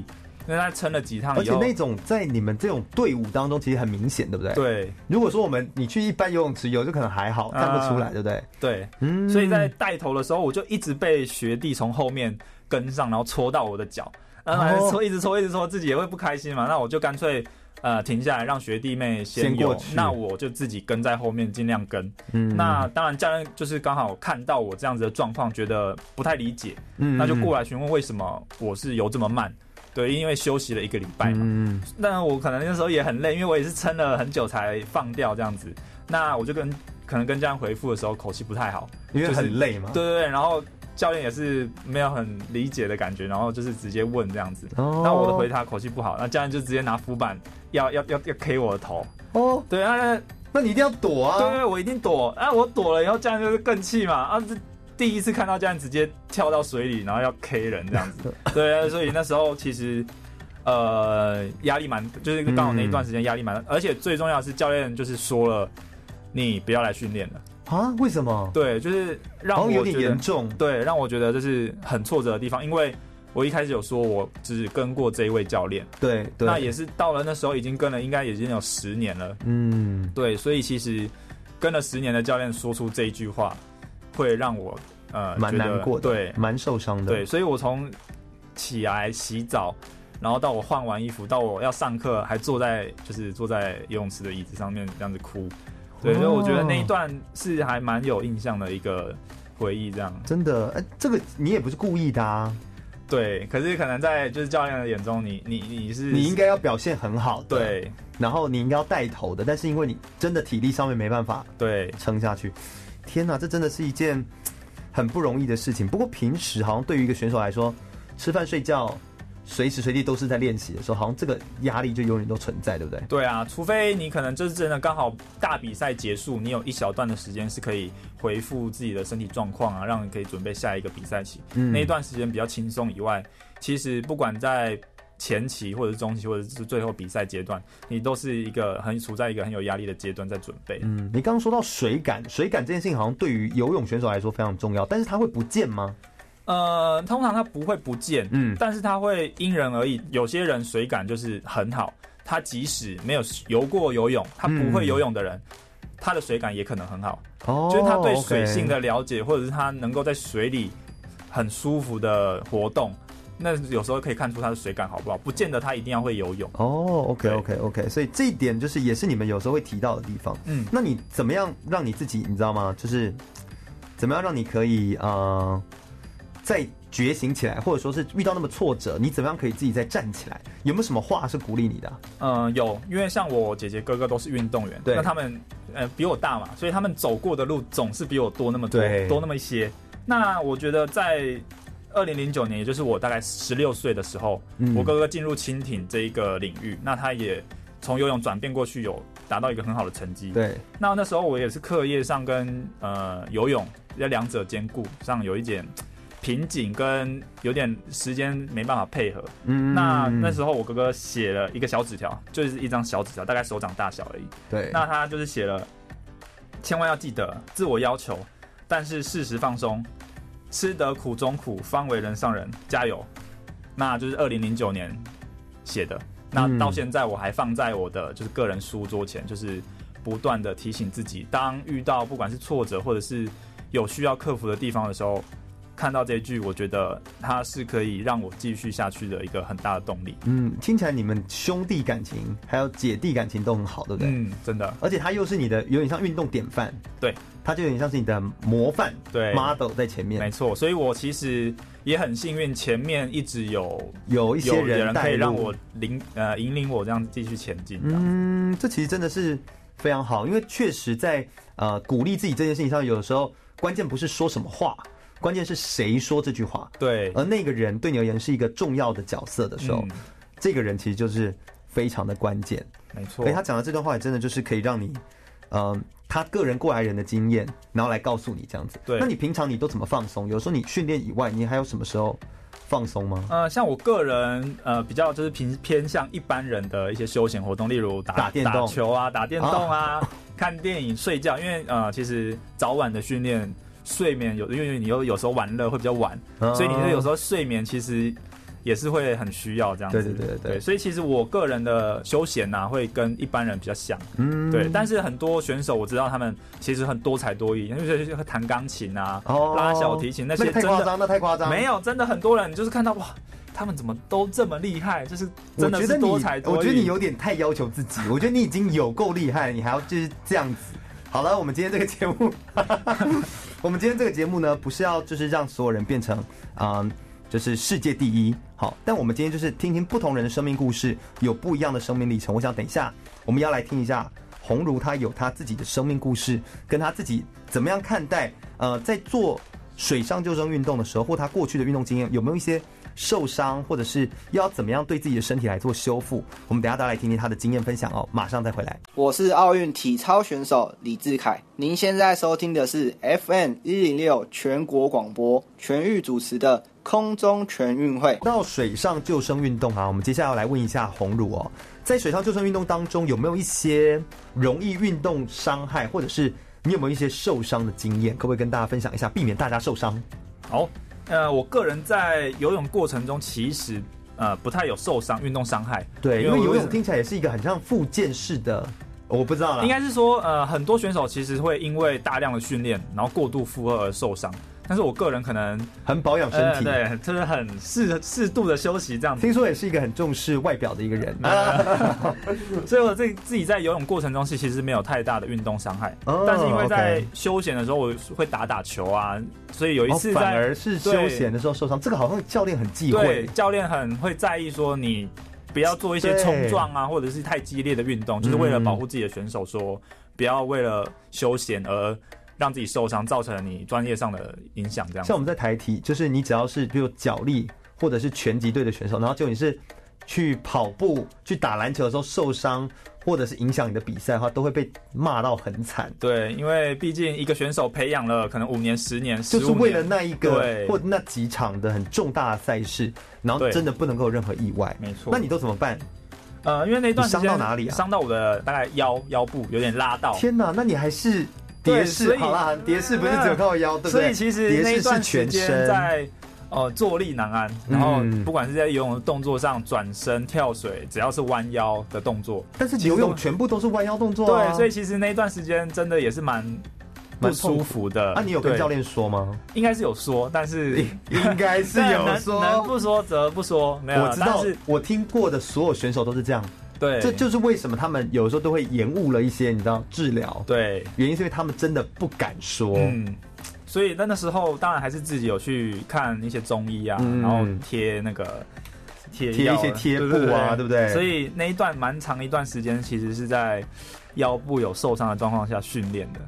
Speaker 3: 因为他撑了几趟
Speaker 2: 而
Speaker 3: 以
Speaker 2: 且
Speaker 3: 后，
Speaker 2: 那种在你们这种队伍当中，其实很明显，对不对？。
Speaker 3: 对
Speaker 2: 如果说我们你去一般游泳池游，就可能还好，看不出来，对不对？
Speaker 3: 对，
Speaker 2: 嗯
Speaker 3: 所以在带头的时候，我就一直被学弟从后面跟上，然后戳到我的脚，然后
Speaker 2: 哦
Speaker 3: 戳一直戳一直戳，自己也会不开心嘛。那我就干脆呃停下来，让学弟妹
Speaker 2: 先
Speaker 3: 先
Speaker 2: 过
Speaker 3: 游
Speaker 2: 去
Speaker 3: 那我就自己跟在后面尽量跟。
Speaker 2: 嗯
Speaker 3: 那当然，教练就是刚好看到我这样子的状况，觉得不太理解，
Speaker 2: 嗯
Speaker 3: 那就过
Speaker 2: 来
Speaker 3: 来询问为什么我是游这么慢。对，因为休息了一个礼拜嘛。
Speaker 2: 嗯，
Speaker 3: 那我可能那时候也很累，因为我也是撑了很久才放掉这样子。那我就跟可能跟教练回复的时候口气不太好，
Speaker 2: 因为
Speaker 3: 就是
Speaker 2: 很累嘛。
Speaker 3: 对对对，然后教练也是没有很理解的感觉，然后就是直接问这样子。
Speaker 2: 哦
Speaker 3: 那我的回答口气不好，那教练就直接拿浮板要要要要 K 我的头。
Speaker 2: 哦，
Speaker 3: 对啊，
Speaker 2: 那你一定要躲
Speaker 3: 那对
Speaker 2: 啊！
Speaker 3: 对，我一定躲。啊，我躲了以后，教练就是更气嘛。啊，这第一次看到教练直接跳到水里，然后要 K 人这样子。 对啊，所以那时候其实。呃，压力蛮，就是刚好那一段时间压力蛮，而且最重要的是教练就是说了，你不要来训练了，
Speaker 2: 啊，为什么？
Speaker 3: 对，就是让
Speaker 2: 好
Speaker 3: 我
Speaker 2: 像有点
Speaker 3: 觉得
Speaker 2: 严重。
Speaker 3: 对，让我觉得这是很挫折的地方，因为我一开始有说我只跟过这一位教练，
Speaker 2: 对对，
Speaker 3: 那也是到了那时候已经跟了，应该已经有十年了，
Speaker 2: 嗯，
Speaker 3: 对，所以其实跟了十年的教练说出这一句话，会让我呃
Speaker 2: 蛮
Speaker 3: 觉得
Speaker 2: 难过的，嗯
Speaker 3: 对
Speaker 2: 蛮受伤的。
Speaker 3: 对，，所以我从起来洗澡。然后到我换完衣服，到我要上课，还坐在就是坐在游泳池的椅子上面这样子哭，对，所以我觉得
Speaker 2: 哦
Speaker 3: 那一段是还蛮有印象的一个回忆，这样。
Speaker 2: 真的，哎，这个你也不是故意的啊，
Speaker 3: 对，可是可能在就是教练的眼中你，你你是
Speaker 2: 你应该要表现很好的，，
Speaker 3: 对
Speaker 2: 然后你应该要带头的，但是因为你真的体力上面没办法
Speaker 3: 对
Speaker 2: 撑下去。天哪，这真的是一件嘖很不容易的事情。不过平时好像对于一个选手来说，吃饭睡觉，随时随地都是在练习的时候，好像这个压力就永远都存在，对不对？
Speaker 3: 对啊，除非你可能就是真的刚好大比赛结束，你有一小段的时间是可以回复自己的身体状况啊，让你可以准备下一个比赛期。
Speaker 2: 嗯
Speaker 3: 那一段时间比较轻松以外，其实不管在前期或者是中期或者是最后比赛阶段，你都是一个很处在一个很有压力的阶段在准备。
Speaker 2: 嗯，你刚刚说到水感，水感这件事情好像对于游泳选手来说非常重要，但是它会不见吗？
Speaker 3: 呃，通常它不会不见，
Speaker 2: 嗯
Speaker 3: 但是它会因人而异。有些人水感就是很好，他即使没有游过游泳，他不会游泳的人，他的水感也可能很好，
Speaker 2: 嗯哦
Speaker 3: 就是他对水性的了解，或者是他能够在水里很舒服的活动，那有时候可以看出他的水感好不好，不见得他一定要会游泳。
Speaker 2: 哦，OK
Speaker 3: 对
Speaker 2: OK OK，所以这一点就是也是你们有时候会提到的地方。
Speaker 3: 嗯，
Speaker 2: 那你怎么样让你自己，你知道吗？就是怎么样让你可以呃，再觉醒起来，或者说是遇到那么挫折，你怎么样可以自己再站起来？有没有什么话是鼓励你的啊？
Speaker 3: 嗯，有，因为像我姐姐哥哥都是运动员，
Speaker 2: 对
Speaker 3: 那他们呃比我大嘛，所以他们走过的路总是比我多那么多
Speaker 2: 对，
Speaker 3: 多那么一些。那我觉得在二零零九年，也就是我大概十六岁的时候，
Speaker 2: 嗯
Speaker 3: 我哥哥进入蜻蜓这一个领域，那他也从游泳转变过去，有达到一个很好的成绩。
Speaker 2: 对，
Speaker 3: 那那时候我也是课业上跟呃游泳要两者兼顾上有一点瓶颈，跟有点时间没办法配合。
Speaker 2: 嗯
Speaker 3: 那那时
Speaker 2: 候
Speaker 3: 候我哥哥写了一个小纸条，就是一张小纸条，大概手掌大小而已。
Speaker 2: 对，
Speaker 3: 那他就是写了，千万要记得自我要求，但是适时放松，吃得苦中苦，方为人上人，加油。那就是二零零九年写的，那
Speaker 2: 嗯
Speaker 3: 到现在我还放在我的就是个人书桌前，就是不断的提醒自己，当遇到不管是挫折或者是有需要克服的地方的时候，看到这一句，我觉得它是可以让我继续下去的一个很大的动力。
Speaker 2: 嗯，听起来你们兄弟感情还有姐弟感情都很好，对不对？
Speaker 3: 嗯，真的，
Speaker 2: 而且他又是你的有点像运动典范，
Speaker 3: 对，
Speaker 2: 他就有点像是你的模范，
Speaker 3: 对
Speaker 2: ，model 在前
Speaker 3: 没
Speaker 2: 面，
Speaker 3: 错。所以我其实也很幸运，前面一直有
Speaker 2: 有一些
Speaker 3: 有人可
Speaker 2: 带
Speaker 3: 以
Speaker 2: 路
Speaker 3: 让我领呃引领我这样继续前进的。
Speaker 2: 嗯，这其实真的是非常好，因为确实在呃鼓励自己这件事情上，有时候关键不是说什么话，关键是谁说这句话，
Speaker 3: 对，
Speaker 2: 而那个人对你而言是一个重要的角色的时候，
Speaker 3: 嗯
Speaker 2: 这个人其实就是非常的关键。
Speaker 3: 没错
Speaker 2: 所以。他讲的这段话，也真的就是可以让你，嗯、他个人过来人的经验，然后来告诉你这样子。
Speaker 3: 对
Speaker 2: 那你平常你都怎么放松？有时候你训练以外，你还有什么时候放松吗？
Speaker 3: 呃，像我个人呃比较就是偏偏向一般人的一些休闲活动，例如打
Speaker 2: 打电动
Speaker 3: 球啊、打电动啊、 看电影、睡觉。因为呃，其实早晚的训练，睡眠有因为你又有时候玩乐会比较晚，
Speaker 2: 嗯
Speaker 3: 所以你就有时候睡眠其实也是会很需要这样子。
Speaker 2: 对对对对对
Speaker 3: 所以其实我个人的休闲呐、会跟一般人比较像。
Speaker 2: 嗯
Speaker 3: 对，但是很多选手我知道他们其实很多才多艺，因为就是会弹钢琴啊、
Speaker 2: 哦
Speaker 3: 拉小提琴那些
Speaker 2: 个太
Speaker 3: 真
Speaker 2: 夸
Speaker 3: 的
Speaker 2: 张，那太夸张。
Speaker 3: 没有，真的很多人就是看到哇，他们怎么都这么厉害，就是真的
Speaker 2: 我觉得
Speaker 3: 是
Speaker 2: 你，
Speaker 3: 多才多艺。
Speaker 2: 我觉得你有点太要求自 己，我觉得你已经有够厉害了，你还要就是这样子。好了，我们今天这个节目， 我们今天这个节目呢，不是要就是让所有人变成嗯。就是世界第一，好，但我们今天就是听听不同人的生命故事，有不一样的生命历程。我想等一下我们要来听一下红茹，她有她自己的生命故事，跟她自己怎么样看待呃，在做水上救生运动的时候，或她过去的运动经验，有没有一些受伤，或者是要怎么样对自己的身体来做修复？我们等一下大家来听听她的经验分享哦，马上再回来。
Speaker 6: 我是奥运体操选手李志凯。您现在收听的是 FM 一零六全国广播全域主持的空中全运会。
Speaker 2: 到水上救生运动啊，我们接下来来问一下红茹哦，在水上救生运动当中，有没有一些容易运动伤害，或者是你有没有一些受伤的经验？可不可以跟大家分享一下，避免大家受伤？
Speaker 3: 好，呃，我个人在游泳过程中其实呃不太有受伤，运动伤害。
Speaker 2: 对，因为
Speaker 3: 我
Speaker 2: 游泳听起来也是一个很像复健式的，我不知道啦，
Speaker 3: 应该是说呃很多选手其实会因为大量的训练，然后过度负荷而受伤。但是我个人可能
Speaker 2: 很保养身
Speaker 3: 呃
Speaker 2: 体。
Speaker 3: 对，就是很适适度的休息这样子。
Speaker 2: 听说也是一个很重视外表的一个人，
Speaker 3: 啊所以我自己自己在游泳过程中是其实没有太大的运动伤害，
Speaker 2: 哦
Speaker 3: 但是因为在
Speaker 2: OK
Speaker 3: 休闲的时候我会打打球啊，所以有一
Speaker 2: 哦
Speaker 3: 次在、
Speaker 2: 反而是休闲的时候受伤，这个好像教练很忌讳。
Speaker 3: 对教练很会在意说你不要做一些冲撞啊，或者是太激烈的运动，就是为了保护自己的选手说不要为了休闲而让自己受伤，造成你专业上的影响这样子
Speaker 2: 像我。们在台体，就是你只要是比如脚力或者是拳击队的选手，然后就你是去跑步、去打篮球的时候受伤，或者是影响你的比赛的话，都会被骂到很惨。
Speaker 3: 对，因为毕竟一个选手培养了可能五年、十年、十
Speaker 2: 就
Speaker 3: 五
Speaker 2: 是
Speaker 3: 年，
Speaker 2: 为了那一个
Speaker 3: 对
Speaker 2: 或那几场的很重大的赛事，然后
Speaker 3: 对
Speaker 2: 真的不能够有任何意外。
Speaker 3: 没错
Speaker 2: 那你都怎么办？
Speaker 3: 呃，因为那段时
Speaker 2: 你
Speaker 3: 间
Speaker 2: 伤到哪里啊
Speaker 3: 伤到我的大概腰腰部有点拉到，
Speaker 2: 天哪，那你还是蝶
Speaker 3: 对所
Speaker 2: 式
Speaker 3: 以
Speaker 2: 好啦，蝶式不是只有靠腰，对不对？
Speaker 3: 所以其实那
Speaker 2: 蝶式
Speaker 3: 一
Speaker 2: 是
Speaker 3: 段时
Speaker 2: 全
Speaker 3: 间
Speaker 2: 身。
Speaker 3: 在呃坐立难安，然后
Speaker 2: 嗯
Speaker 3: 不管是在游泳的动作上、转身、跳水，只要是弯腰的动作，
Speaker 2: 但是
Speaker 3: 其实
Speaker 2: 游泳
Speaker 3: 都
Speaker 2: 全部都是弯腰动作、啊，
Speaker 3: 对，所以其实那一段时间真的也是蛮
Speaker 2: 蛮
Speaker 3: 不
Speaker 2: 痛苦
Speaker 3: 舒服的。
Speaker 2: 啊，你有跟
Speaker 3: 对
Speaker 2: 教练说 吗？
Speaker 3: 应该是有说，但是
Speaker 2: 应该是 有
Speaker 3: 能能
Speaker 2: 说。
Speaker 3: 不说则不说，没有，
Speaker 2: 我知道
Speaker 3: 呃但是，
Speaker 2: 我听过的所有选手都是这样，
Speaker 3: 对，
Speaker 2: 这就是为什么他们有时候都会延误了一些，你知道治疗。，
Speaker 3: 对，
Speaker 2: 原因是因为他们真的不敢说。
Speaker 3: 嗯。所以那那时候当然还是自己有去看一些中医啊，
Speaker 2: 嗯
Speaker 3: 然后贴那个贴
Speaker 2: 贴
Speaker 3: 药
Speaker 2: 一些贴布
Speaker 3: 对
Speaker 2: 啊对不对
Speaker 3: 所以那一段蛮长一段时间，其实是在腰部有受伤的状况下训练的。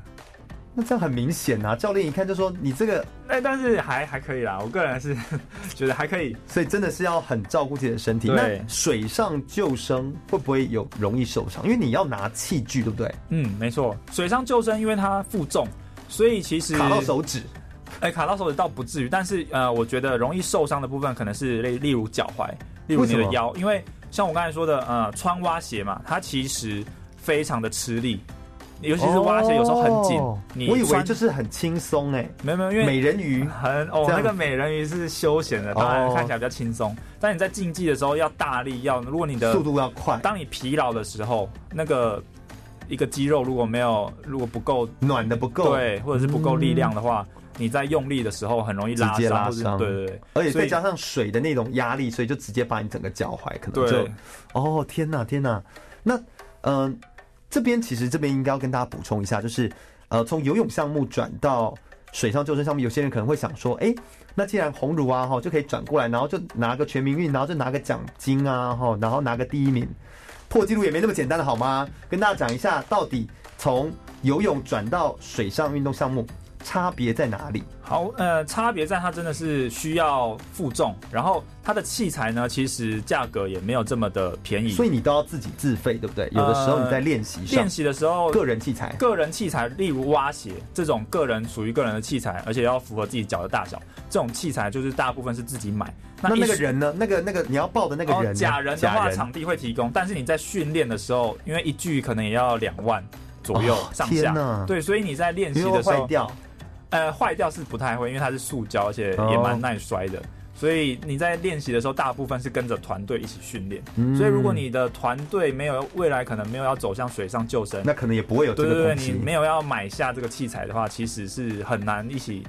Speaker 2: 那这样很明显啊，教练一看就说你这个，
Speaker 3: 哎，但是还还可以啦，我个人还是 觉得还可以。
Speaker 2: 所以真的是要很照顾自己的身体。
Speaker 3: 对
Speaker 2: 那水上救生会不会有容易受伤？因为你要拿器具，对不对？
Speaker 3: 嗯，没错，水上救生因为它负重，所以其实
Speaker 2: 卡到手指，
Speaker 3: 哎、卡到手指倒不至于，但是呃，我觉得容易受伤的部分可能是例例如脚踝，例如
Speaker 2: 为
Speaker 3: 你的
Speaker 2: 什么
Speaker 3: 腰，因为像我刚才说的，呃，穿蛙鞋嘛，它其实非常的吃力，尤其是蛙鞋有时候很紧，
Speaker 2: 哦
Speaker 3: 你
Speaker 2: 我以为
Speaker 3: 穿
Speaker 2: 就是很轻松哎，
Speaker 3: 没有没有，因为
Speaker 2: 美人鱼
Speaker 3: 很哦
Speaker 2: 这，样
Speaker 3: 那个美人鱼是休闲的，当然
Speaker 2: 哦
Speaker 3: 看起来比较轻松，但你在竞技的时候要大力，要如果你的
Speaker 2: 速度要快，
Speaker 3: 当你疲劳的时候，那个一个肌肉如果没有如果不够
Speaker 2: 暖的不够，，嗯
Speaker 3: 对，或者是不够力量的话，你在用力的时候很容易拉
Speaker 2: 直接拉
Speaker 3: 伤，或者
Speaker 2: 伤
Speaker 3: 是对对对，
Speaker 2: 而且
Speaker 3: 所
Speaker 2: 再
Speaker 3: 以
Speaker 2: 加上水的那种压力，所以就直接把你整个脚踝可能
Speaker 3: 对
Speaker 2: 就，哦天哪天哪，那嗯、呃这边其实这边应该要跟大家补充一下，就是呃从游泳项目转到水上救生项目，有些人可能会想说，哎、那既然鸿儒啊哈就可以转过来，然后就拿个全民运，然后就拿个奖金啊哈，然后拿个第一名，破纪录也没那么简单的好吗？跟大家讲一下，到底从游泳转到水上运动项目差别在哪里？
Speaker 3: 好，呃，差别在它真的是需要负重，然后它的器材呢，其实价格也没有这么的便宜，
Speaker 2: 所以你都要自己自费，对不对？有的时候你在练习上
Speaker 3: 呃练，习的时候
Speaker 2: 个人器材
Speaker 3: 个人器材，例如蛙鞋这种个人属于个人的器材，而且要符合自己脚的大小，这种器材就是大部分是自己买。
Speaker 2: 那
Speaker 3: 一
Speaker 2: 那个人呢？那个那个你要报的那个人呢、
Speaker 3: 哦，假人的
Speaker 2: 假
Speaker 3: 话，
Speaker 2: 人
Speaker 3: 场地会提供，但是你在训练的时候，因为一具可能也要两万左右
Speaker 2: 哦
Speaker 3: 上
Speaker 2: 天
Speaker 3: 下，
Speaker 2: 哪
Speaker 3: 对，所以你在练习
Speaker 2: 因为会
Speaker 3: 的时
Speaker 2: 坏
Speaker 3: 候，
Speaker 2: 掉，
Speaker 3: 呃，坏掉是不太会，因为它是塑胶，而且
Speaker 2: 哦
Speaker 3: 也蛮耐摔的。所以你在练习的时候，大部分是跟着团队一起训练。
Speaker 2: 嗯
Speaker 3: 所以如果你的团队没有未来，可能没有要走向水上救生，
Speaker 2: 那可能也不会有这
Speaker 3: 对
Speaker 2: 个
Speaker 3: 对对，
Speaker 2: 东西。
Speaker 3: 你没有要买下这个器材的话，其实是很难一起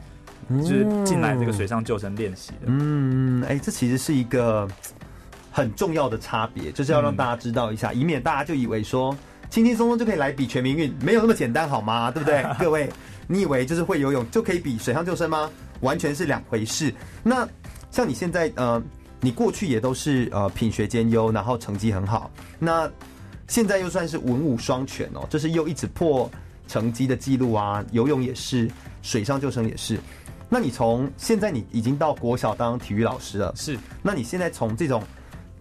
Speaker 3: 就是进来这个水上救生练习的。
Speaker 2: 嗯，哎、这其实是一个很重要的差别，就是要让大家知道一下，以免大家就以为说轻轻松松就可以来比全民运，没有那么简单，好吗？对不对？各位，你以为就是会游泳就可以比水上救生吗？完全是两回事。那像你现在，呃，你过去也都是呃品学兼优，然后成绩很好，那现在又算是文武双全哦，就是又一直破成绩的记录啊，游泳也是，水上救生也是。那你从现在你已经到国小当体育老师了，
Speaker 3: 是，
Speaker 2: 那你现在从这种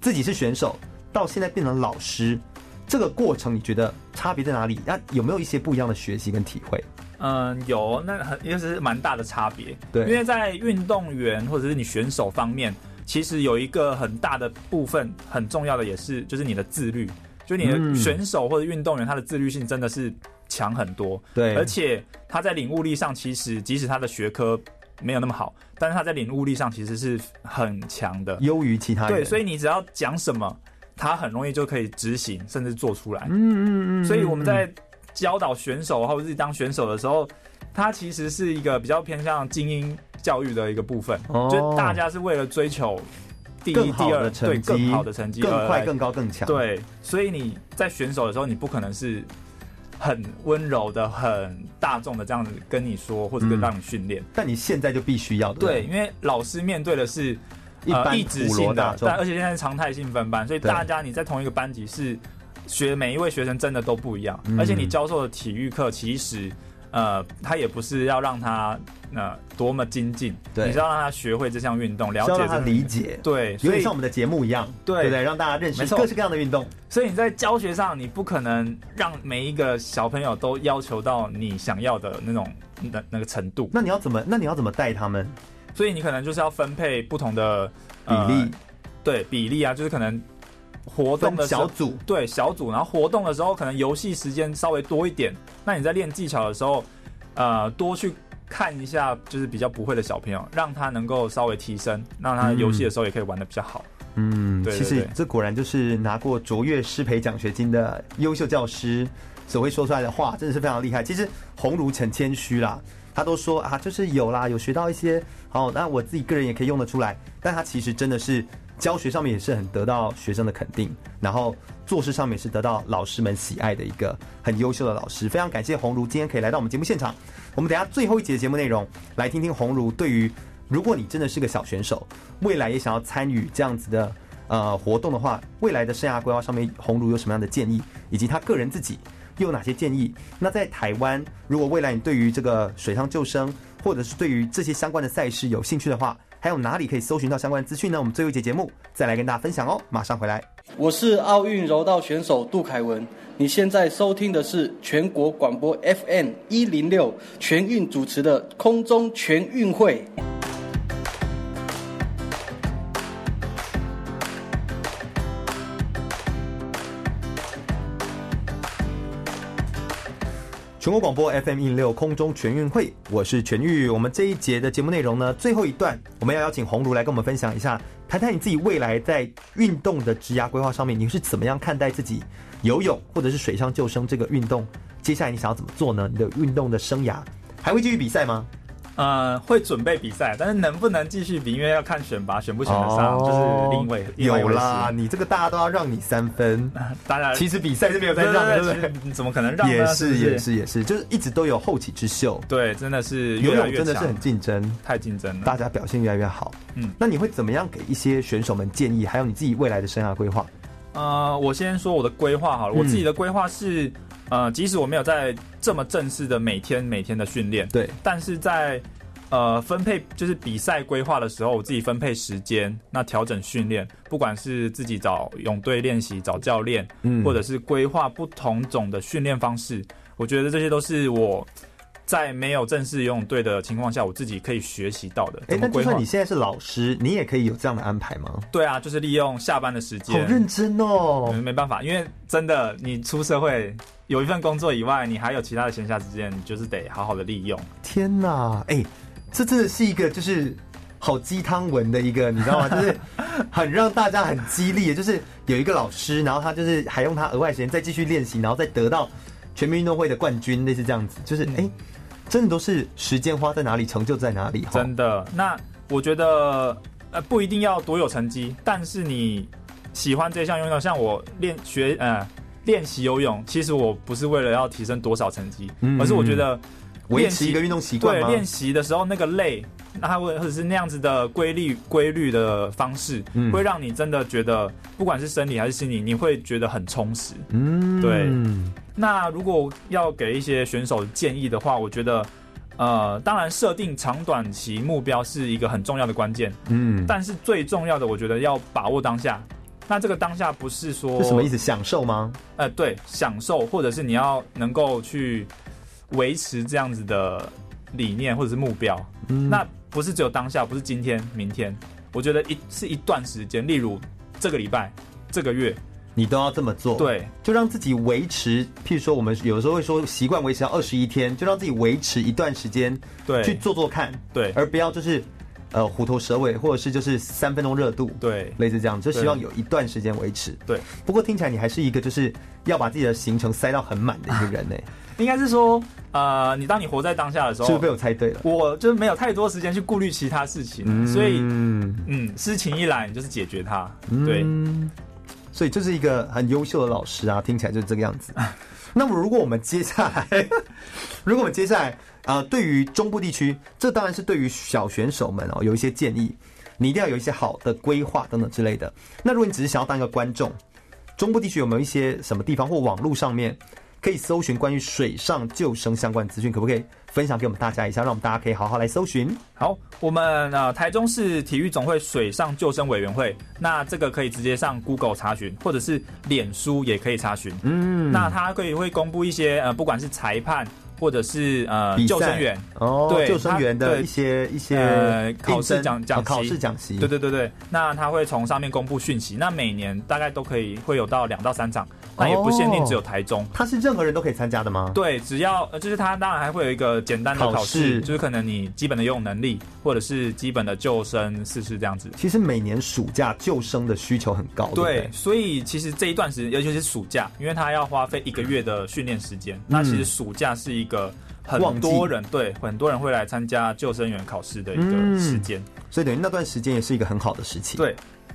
Speaker 2: 自己是选手到现在变成老师，这个过程你觉得差别在哪里？那有没有一些不一样的学习跟体会？
Speaker 3: 嗯，有，那很也是蛮大的差别。
Speaker 2: 对
Speaker 3: 因为在运动员或者是你选手方面，其实有一个很大的部分很重要的也是就是你的自律，就你
Speaker 2: 嗯
Speaker 3: 的选手或者运动员他的自律性真的是强很多。
Speaker 2: 对
Speaker 3: 而且他在领悟力上，其实即使他的学科没有那么好，但是他在领悟力上其实是很强的。
Speaker 2: 优于其他人，
Speaker 3: 对，所
Speaker 2: 以
Speaker 3: 以你只要讲什么，他很容易就可以执行，甚至做出来。
Speaker 2: 嗯嗯嗯，
Speaker 3: 所以我们在教导选手或者是当选手的时候，它其实是一个比较偏向精英教育的一个部分，
Speaker 2: 哦
Speaker 3: 就大家是为了追求第
Speaker 2: 更
Speaker 3: 一、
Speaker 2: 好
Speaker 3: 第
Speaker 2: 的
Speaker 3: 二
Speaker 2: 成
Speaker 3: 对
Speaker 2: 绩
Speaker 3: 更好的成绩，
Speaker 2: 更快、
Speaker 3: 而
Speaker 2: 更高、更强，，
Speaker 3: 对，所以你在选手的时候，你不可能是。很温柔的、很大众的这样子跟你说，或者跟
Speaker 2: 嗯
Speaker 3: 让你训练，
Speaker 2: 但你现在就必须要
Speaker 3: 对，
Speaker 2: 对
Speaker 3: 因为老师面对的是
Speaker 2: 不对，一
Speaker 3: 呃、
Speaker 2: 般
Speaker 3: 一直
Speaker 2: 普罗
Speaker 3: 性
Speaker 2: 大
Speaker 3: 的，
Speaker 2: 众
Speaker 3: 但，而且现在是常态性分班，所以
Speaker 2: 对
Speaker 3: 大家你在同一个班级是学每一位学生真的都不一样，
Speaker 2: 嗯
Speaker 3: 而且你教授的体育课其实呃，他也不是要让他呃多么精进，
Speaker 2: 对
Speaker 3: 你是要让他学会这项运动，了
Speaker 2: 是
Speaker 3: 解
Speaker 2: 要
Speaker 3: 这
Speaker 2: 让他
Speaker 3: 项
Speaker 2: 理解，
Speaker 3: 对，
Speaker 2: 有
Speaker 3: 所
Speaker 2: 点
Speaker 3: 以
Speaker 2: 像我们的节目一样，
Speaker 3: 对
Speaker 2: 对不对？让大家认识
Speaker 3: 没错
Speaker 2: 各式各样的运动，
Speaker 3: 所以你在教学上，你不可能让每一个小朋友都要求到你想要的那种那那个程度，
Speaker 2: 那你要怎么？那你要怎么带他们
Speaker 3: 所以你可能就是要分配不同的、
Speaker 2: 比
Speaker 3: 呃
Speaker 2: 例、
Speaker 3: 对比例啊，就是可能活动
Speaker 2: 分
Speaker 3: 的时
Speaker 2: 小
Speaker 3: 候。
Speaker 2: 组？
Speaker 3: 对小组，然后活动的时候可能游戏时间稍微多一点，那你在练技巧的时候，呃，多去看一下就是比较不会的小朋友，让他能够稍微提升，让他游戏的时候也可以玩的比较好。
Speaker 2: 嗯，
Speaker 3: 对对
Speaker 2: 其实
Speaker 3: 对
Speaker 2: 这果然就是拿过卓越师培奖学金的优秀教师所会说出来的话，真的是非常厉害。其实鸿儒很谦虚啦，他都说啊，就是有啦，有学到一些，好，那我自己个人也可以用得出来。但他其实真的是教学上面也是很得到学生的肯定，然后做事上面也是得到老师们喜爱的一个很优秀的老师。非常感谢鸿儒今天可以来到我们节目现场。我们等一下最后一节节目内容来听听鸿儒对于如果你真的是个小选手，未来也想要参与这样子的呃活动的话，未来的生涯规划上面，鸿儒有什么样的建议，以及他个人自己又有哪些建议？那在台湾，如果未来你对于这个水上救生，或者是对于这些相关的赛事有兴趣的话，还有哪里可以搜寻到相关的资讯呢？我们最后一节节目再来跟大家分享哦，马上回来。
Speaker 7: 我是奥运柔道选手杜凯文。你现在收听的是全国广播 FM 一零六全运主持的空中全运会。
Speaker 2: 全国广播 FM 一六空中全运会，我是全玉。我们这一节的节目内容呢，最后一段我们要邀请鸿儒来跟我们分享一下谈谈你自己未来在运动的职涯规划上面，你是怎么样看待自己游泳或者是水上救生这个运动？接下来你想要怎么做呢？你的运动的生涯还会继续比赛吗？
Speaker 3: 呃，会准备比赛，但是能不能继续比，因为要看选拔选不选得上，
Speaker 2: 哦
Speaker 3: 就是另外另外一
Speaker 2: 有
Speaker 3: 回事
Speaker 2: 啦，。你这个大家都要让你三分，
Speaker 3: 当然，
Speaker 2: 其实比赛是没有在让的，对不对？
Speaker 3: 对？其实怎么可能让呢？
Speaker 2: 也
Speaker 3: 不
Speaker 2: 啊是也，是也是，就是一直都有后起之秀，
Speaker 3: 对，真的是
Speaker 2: 游
Speaker 3: 越来
Speaker 2: 泳
Speaker 3: 越
Speaker 2: 真的是
Speaker 3: 强
Speaker 2: 很竞争，
Speaker 3: 太竞争了
Speaker 2: 大。家表现越来越好。
Speaker 3: 嗯
Speaker 2: 那你会怎么样给一些选手们建议？还有你自己未来的生涯规划？
Speaker 3: 呃，我先说我的规划好了，
Speaker 2: 嗯
Speaker 3: 我自己的规划是，呃，即使我没有在这么正式的每天每天的训练，
Speaker 2: 对，
Speaker 3: 但是在呃分配就是比赛规划的时候，我自己分配时间，那调整训练，不管是自己找泳队练习、找教练，
Speaker 2: 嗯
Speaker 3: 或者是规划不同种的训练方式，我觉得这些都是我在没有正式游泳队的情况下，我自己可以学习到的。
Speaker 2: 哎
Speaker 3: 怎，么
Speaker 2: 那就
Speaker 3: 规划
Speaker 2: 算你？现在是老师，你也可以有这样的安排吗？
Speaker 3: 对啊，就是利用下班的时间，
Speaker 2: 好认真哦
Speaker 3: 嗯，，没办法，因为真的，你出社会有一份工作以外，你还有其他的闲暇时间，你就是得好好的利用。
Speaker 2: 天哪，哎，这真的是一个就是好鸡汤文的一个，你知 道吗？就是很让大家很激励，就是有一个老师，然后他就是还用他额外时间再继续练习，然后再得到全民运动会的冠军，类似这样子，就是
Speaker 3: 嗯
Speaker 2: 哎、真的都是时间花在哪里，成就在哪里，哈
Speaker 3: 真的，那我觉得呃不一定要多有成绩，但是你喜欢这项运动，像我练学呃练习游泳，其实我不是为了要提升多少成绩，
Speaker 2: 嗯
Speaker 3: 而是我觉得
Speaker 2: 维
Speaker 3: 练
Speaker 2: 持
Speaker 3: 习
Speaker 2: 一个运动习惯
Speaker 3: 对
Speaker 2: 吗？
Speaker 3: 练习的时候那个累，那还会或者是那样子的规律规律的方式，
Speaker 2: 嗯
Speaker 3: 会让你真的觉得不管是生理还是心理，你会觉得很充实。
Speaker 2: 嗯
Speaker 3: 对那如果要给一些选手建议的话，我觉得，呃，当然设定长短期目标是一个很重要的关键，
Speaker 2: 嗯，
Speaker 3: 但是最重要的，我觉得要把握当下。那这个当下不是说
Speaker 2: 这什么意？思？享受吗？
Speaker 3: 呃，对，享受，或者是你要能够去维持这样子的理念或者是目标。
Speaker 2: 嗯
Speaker 3: 那不是只有当下，不是今天、明天，我觉得一是一段时间，例如这个礼拜、这个月，
Speaker 2: 你都要这么做，，
Speaker 3: 对，
Speaker 2: 就让自己维持，譬如说我们有时候会说习惯维持到二十一天，就让自己维持一段时间，
Speaker 3: 对
Speaker 2: 去做做看，
Speaker 3: 对
Speaker 2: 而不要就是呃虎头蛇尾，或者是就是三分钟热度，，
Speaker 3: 对，
Speaker 2: 类似这样，就希望
Speaker 3: 对
Speaker 2: 有一段时间维持。
Speaker 3: 对，
Speaker 2: 不过听起来你还是一个就是要把自己的行程塞到很满的一个 人呢、欸
Speaker 3: 应该是说，呃，你当你活在当下的
Speaker 2: 是
Speaker 3: 时
Speaker 2: 不是
Speaker 3: 候
Speaker 2: 被，我猜对了？
Speaker 3: 我就是没有太多时间去顾虑其他事情，所以，
Speaker 2: 嗯
Speaker 3: 嗯，事情一来你就是解决它，对，
Speaker 2: 嗯，所以就是一个很优秀的老师啊，听起来就是这个样子。 那么，如果我们接下来， 如果我们接下来，呃，对于中部地区，这当然是对于小选手们哦，有一些建议，你一定要有一些好的规划等等之类的。那如果你只是想要当一个观众，中部地区有没有一些什么地方或网络上面可以搜寻关于水上救生相关资讯？可不可以分享给我们大家一下，让我们大家可以好好来搜寻？
Speaker 3: 好，我们呃台中市体育总会水上救生委员会，那这个可以直接上 Google 查询，或者是脸书也可以查询。
Speaker 2: 嗯
Speaker 3: 那它可以会公布一些呃，不管是裁判或者是呃
Speaker 2: 比赛
Speaker 3: 救生员，
Speaker 2: 哦，
Speaker 3: 对
Speaker 2: 救生员
Speaker 3: 他
Speaker 2: 的
Speaker 3: 对
Speaker 2: 一些一些
Speaker 3: 呃
Speaker 2: 应
Speaker 3: 考试
Speaker 2: 征
Speaker 3: 讲讲
Speaker 2: 呃考试
Speaker 3: 习
Speaker 2: 讲习，
Speaker 3: 对对对对，那它会从上面公布讯息。那每年大概都可以会有到两到三场，那也不限
Speaker 2: 哦
Speaker 3: 定只有台中。
Speaker 2: 它是任何人都可以参加的吗？
Speaker 3: 对，只要呃就是它当然还会有一个简单的
Speaker 2: 考
Speaker 3: 考
Speaker 2: 试
Speaker 3: 试，就是可能你基本的游泳能力，或者是基本的救生试试这样子。
Speaker 2: 其实每年暑假救生的需求很高，对不
Speaker 3: 对
Speaker 2: 对，
Speaker 3: 所以其实这一段时间，尤其是暑假，因为他要花费一个月的训练时
Speaker 2: 嗯
Speaker 3: 间，那其实暑假是一个很多人对很多人会来参加救生员考试的一个时间。
Speaker 2: 所以等于那段时间也是一个很好的时期。，
Speaker 3: 对，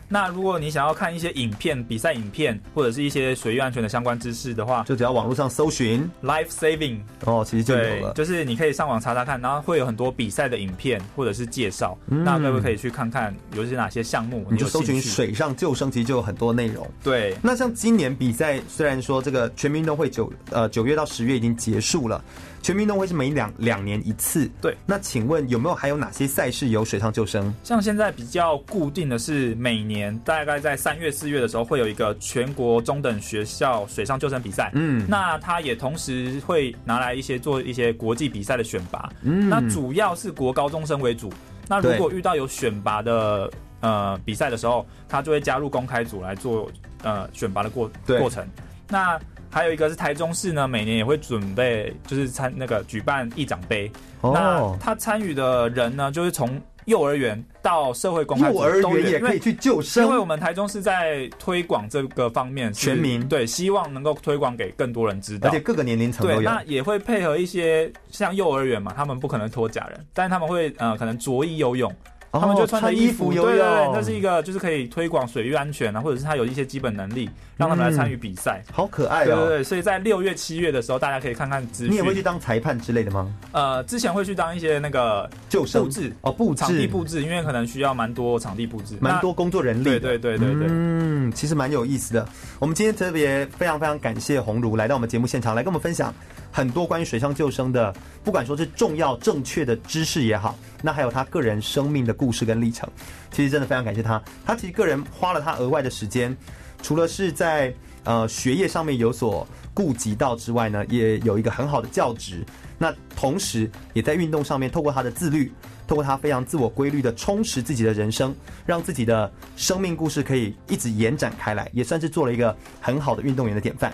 Speaker 3: 那如果你想要看一些影片、比赛影片，或者是一些水域安全的相关知识的话
Speaker 2: 就只要网络上搜寻，
Speaker 3: ，Life Saving
Speaker 2: 哦，其实就
Speaker 3: 对
Speaker 2: 有，了。
Speaker 3: 就是你可以上网查查看，然后会有很多比赛的影片或者是介绍，那各位可以去看看，尤其是哪些项目
Speaker 2: 嗯你
Speaker 3: 有
Speaker 2: 就搜
Speaker 3: 兴
Speaker 2: 寻
Speaker 3: 趣。
Speaker 2: 水上救生，其实就有很多内容。
Speaker 3: 对，
Speaker 2: 那像今年比赛，虽然说这个全民运动会九呃九月到十月已经结束了，全民运动会是每两两年一次。
Speaker 3: 对
Speaker 2: 那请问有没有还有哪些赛事有水上救生？
Speaker 3: 像现在比较固定的是，每年大概在三月、四月的时候会有一个全国中等学校水上救生比赛。
Speaker 2: 嗯
Speaker 3: 那它也同时会拿来一些做一些国际比赛的选拔。嗯，那主要是国高中生为主。那如果遇到有选拔的呃比赛的时候，他就会加入公开组来做呃选拔的过
Speaker 2: 对
Speaker 3: 过程。那还有一个是台中市呢，每年也会准备就是参那个举办议长杯，那
Speaker 2: 哦，
Speaker 3: 他参与的人呢，就是从幼儿园到社会公开组
Speaker 2: 幼儿
Speaker 3: 都有
Speaker 2: 园也
Speaker 3: 因为
Speaker 2: 可以去救
Speaker 3: 因为我
Speaker 2: 生，
Speaker 3: 们台中是在推广这个方面是，
Speaker 2: 全民
Speaker 3: 对，希望能够推广给更多人知
Speaker 2: 而
Speaker 3: 道
Speaker 2: 且。各个年龄层
Speaker 3: 对，
Speaker 2: 都有。
Speaker 3: 那也会配合一些像幼儿园嘛，他们不可能脱假人，但他们会呃可能着衣游泳，他们就
Speaker 2: 哦
Speaker 3: 穿着
Speaker 2: 穿
Speaker 3: 衣
Speaker 2: 服
Speaker 3: 服
Speaker 2: 游
Speaker 3: 对对对，
Speaker 2: 泳，
Speaker 3: 那是一个就是可以推广水域安全啊，或者是他有一些基本能力，让他们来参与比赛。
Speaker 2: 好可爱
Speaker 3: 对对
Speaker 2: 哦。
Speaker 3: 对，所以在六月、七月的时候，大家可以看看资
Speaker 2: 你也会去
Speaker 3: 讯。
Speaker 2: 当裁判之类的吗？
Speaker 3: 呃，之前会去当一些那个
Speaker 2: 救生
Speaker 3: 布置
Speaker 2: 哦，布
Speaker 3: 场地
Speaker 2: 置
Speaker 3: 布置，因为可能需要蛮多场地布置，
Speaker 2: 蛮
Speaker 3: 那
Speaker 2: 多工作人力的
Speaker 3: 对对对对对，
Speaker 2: 嗯，其实蛮有意思的。我们今天特别非常非常感谢鸿儒来到我们节目现场，来跟我们分享很多关于水上救生的，不管说是重要正确的知识也好，那还有他个人生命的故事跟历程。其实真的非常感谢他，他其实个人花了他额外的时间，除了是在呃学业上面有所顾及到之外呢，也有一个很好的教职。那同时也在运动上面，透过他的自律，透过他非常自我规律的充实自己的人生，让自己的生命故事可以一直延展开来，也算是做了一个很好的运动员的典范。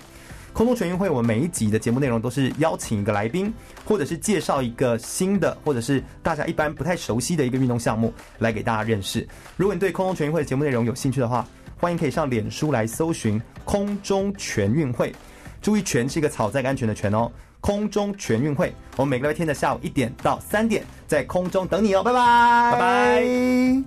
Speaker 2: 空中全运会，我们每一集的节目内容都是邀请一个来宾，或者是介绍一个新的，或者是大家一般不太熟悉的一个运动项目来给大家认识。如果你对空中全运会的节目内容有兴趣的话，欢迎可以上脸书来搜寻“空中全运会”，注意“全”是一个草在安全的“全”哦。空中全运会，我们每个礼拜天的下午一点到三点在空中等你哦，拜拜，
Speaker 3: 拜拜。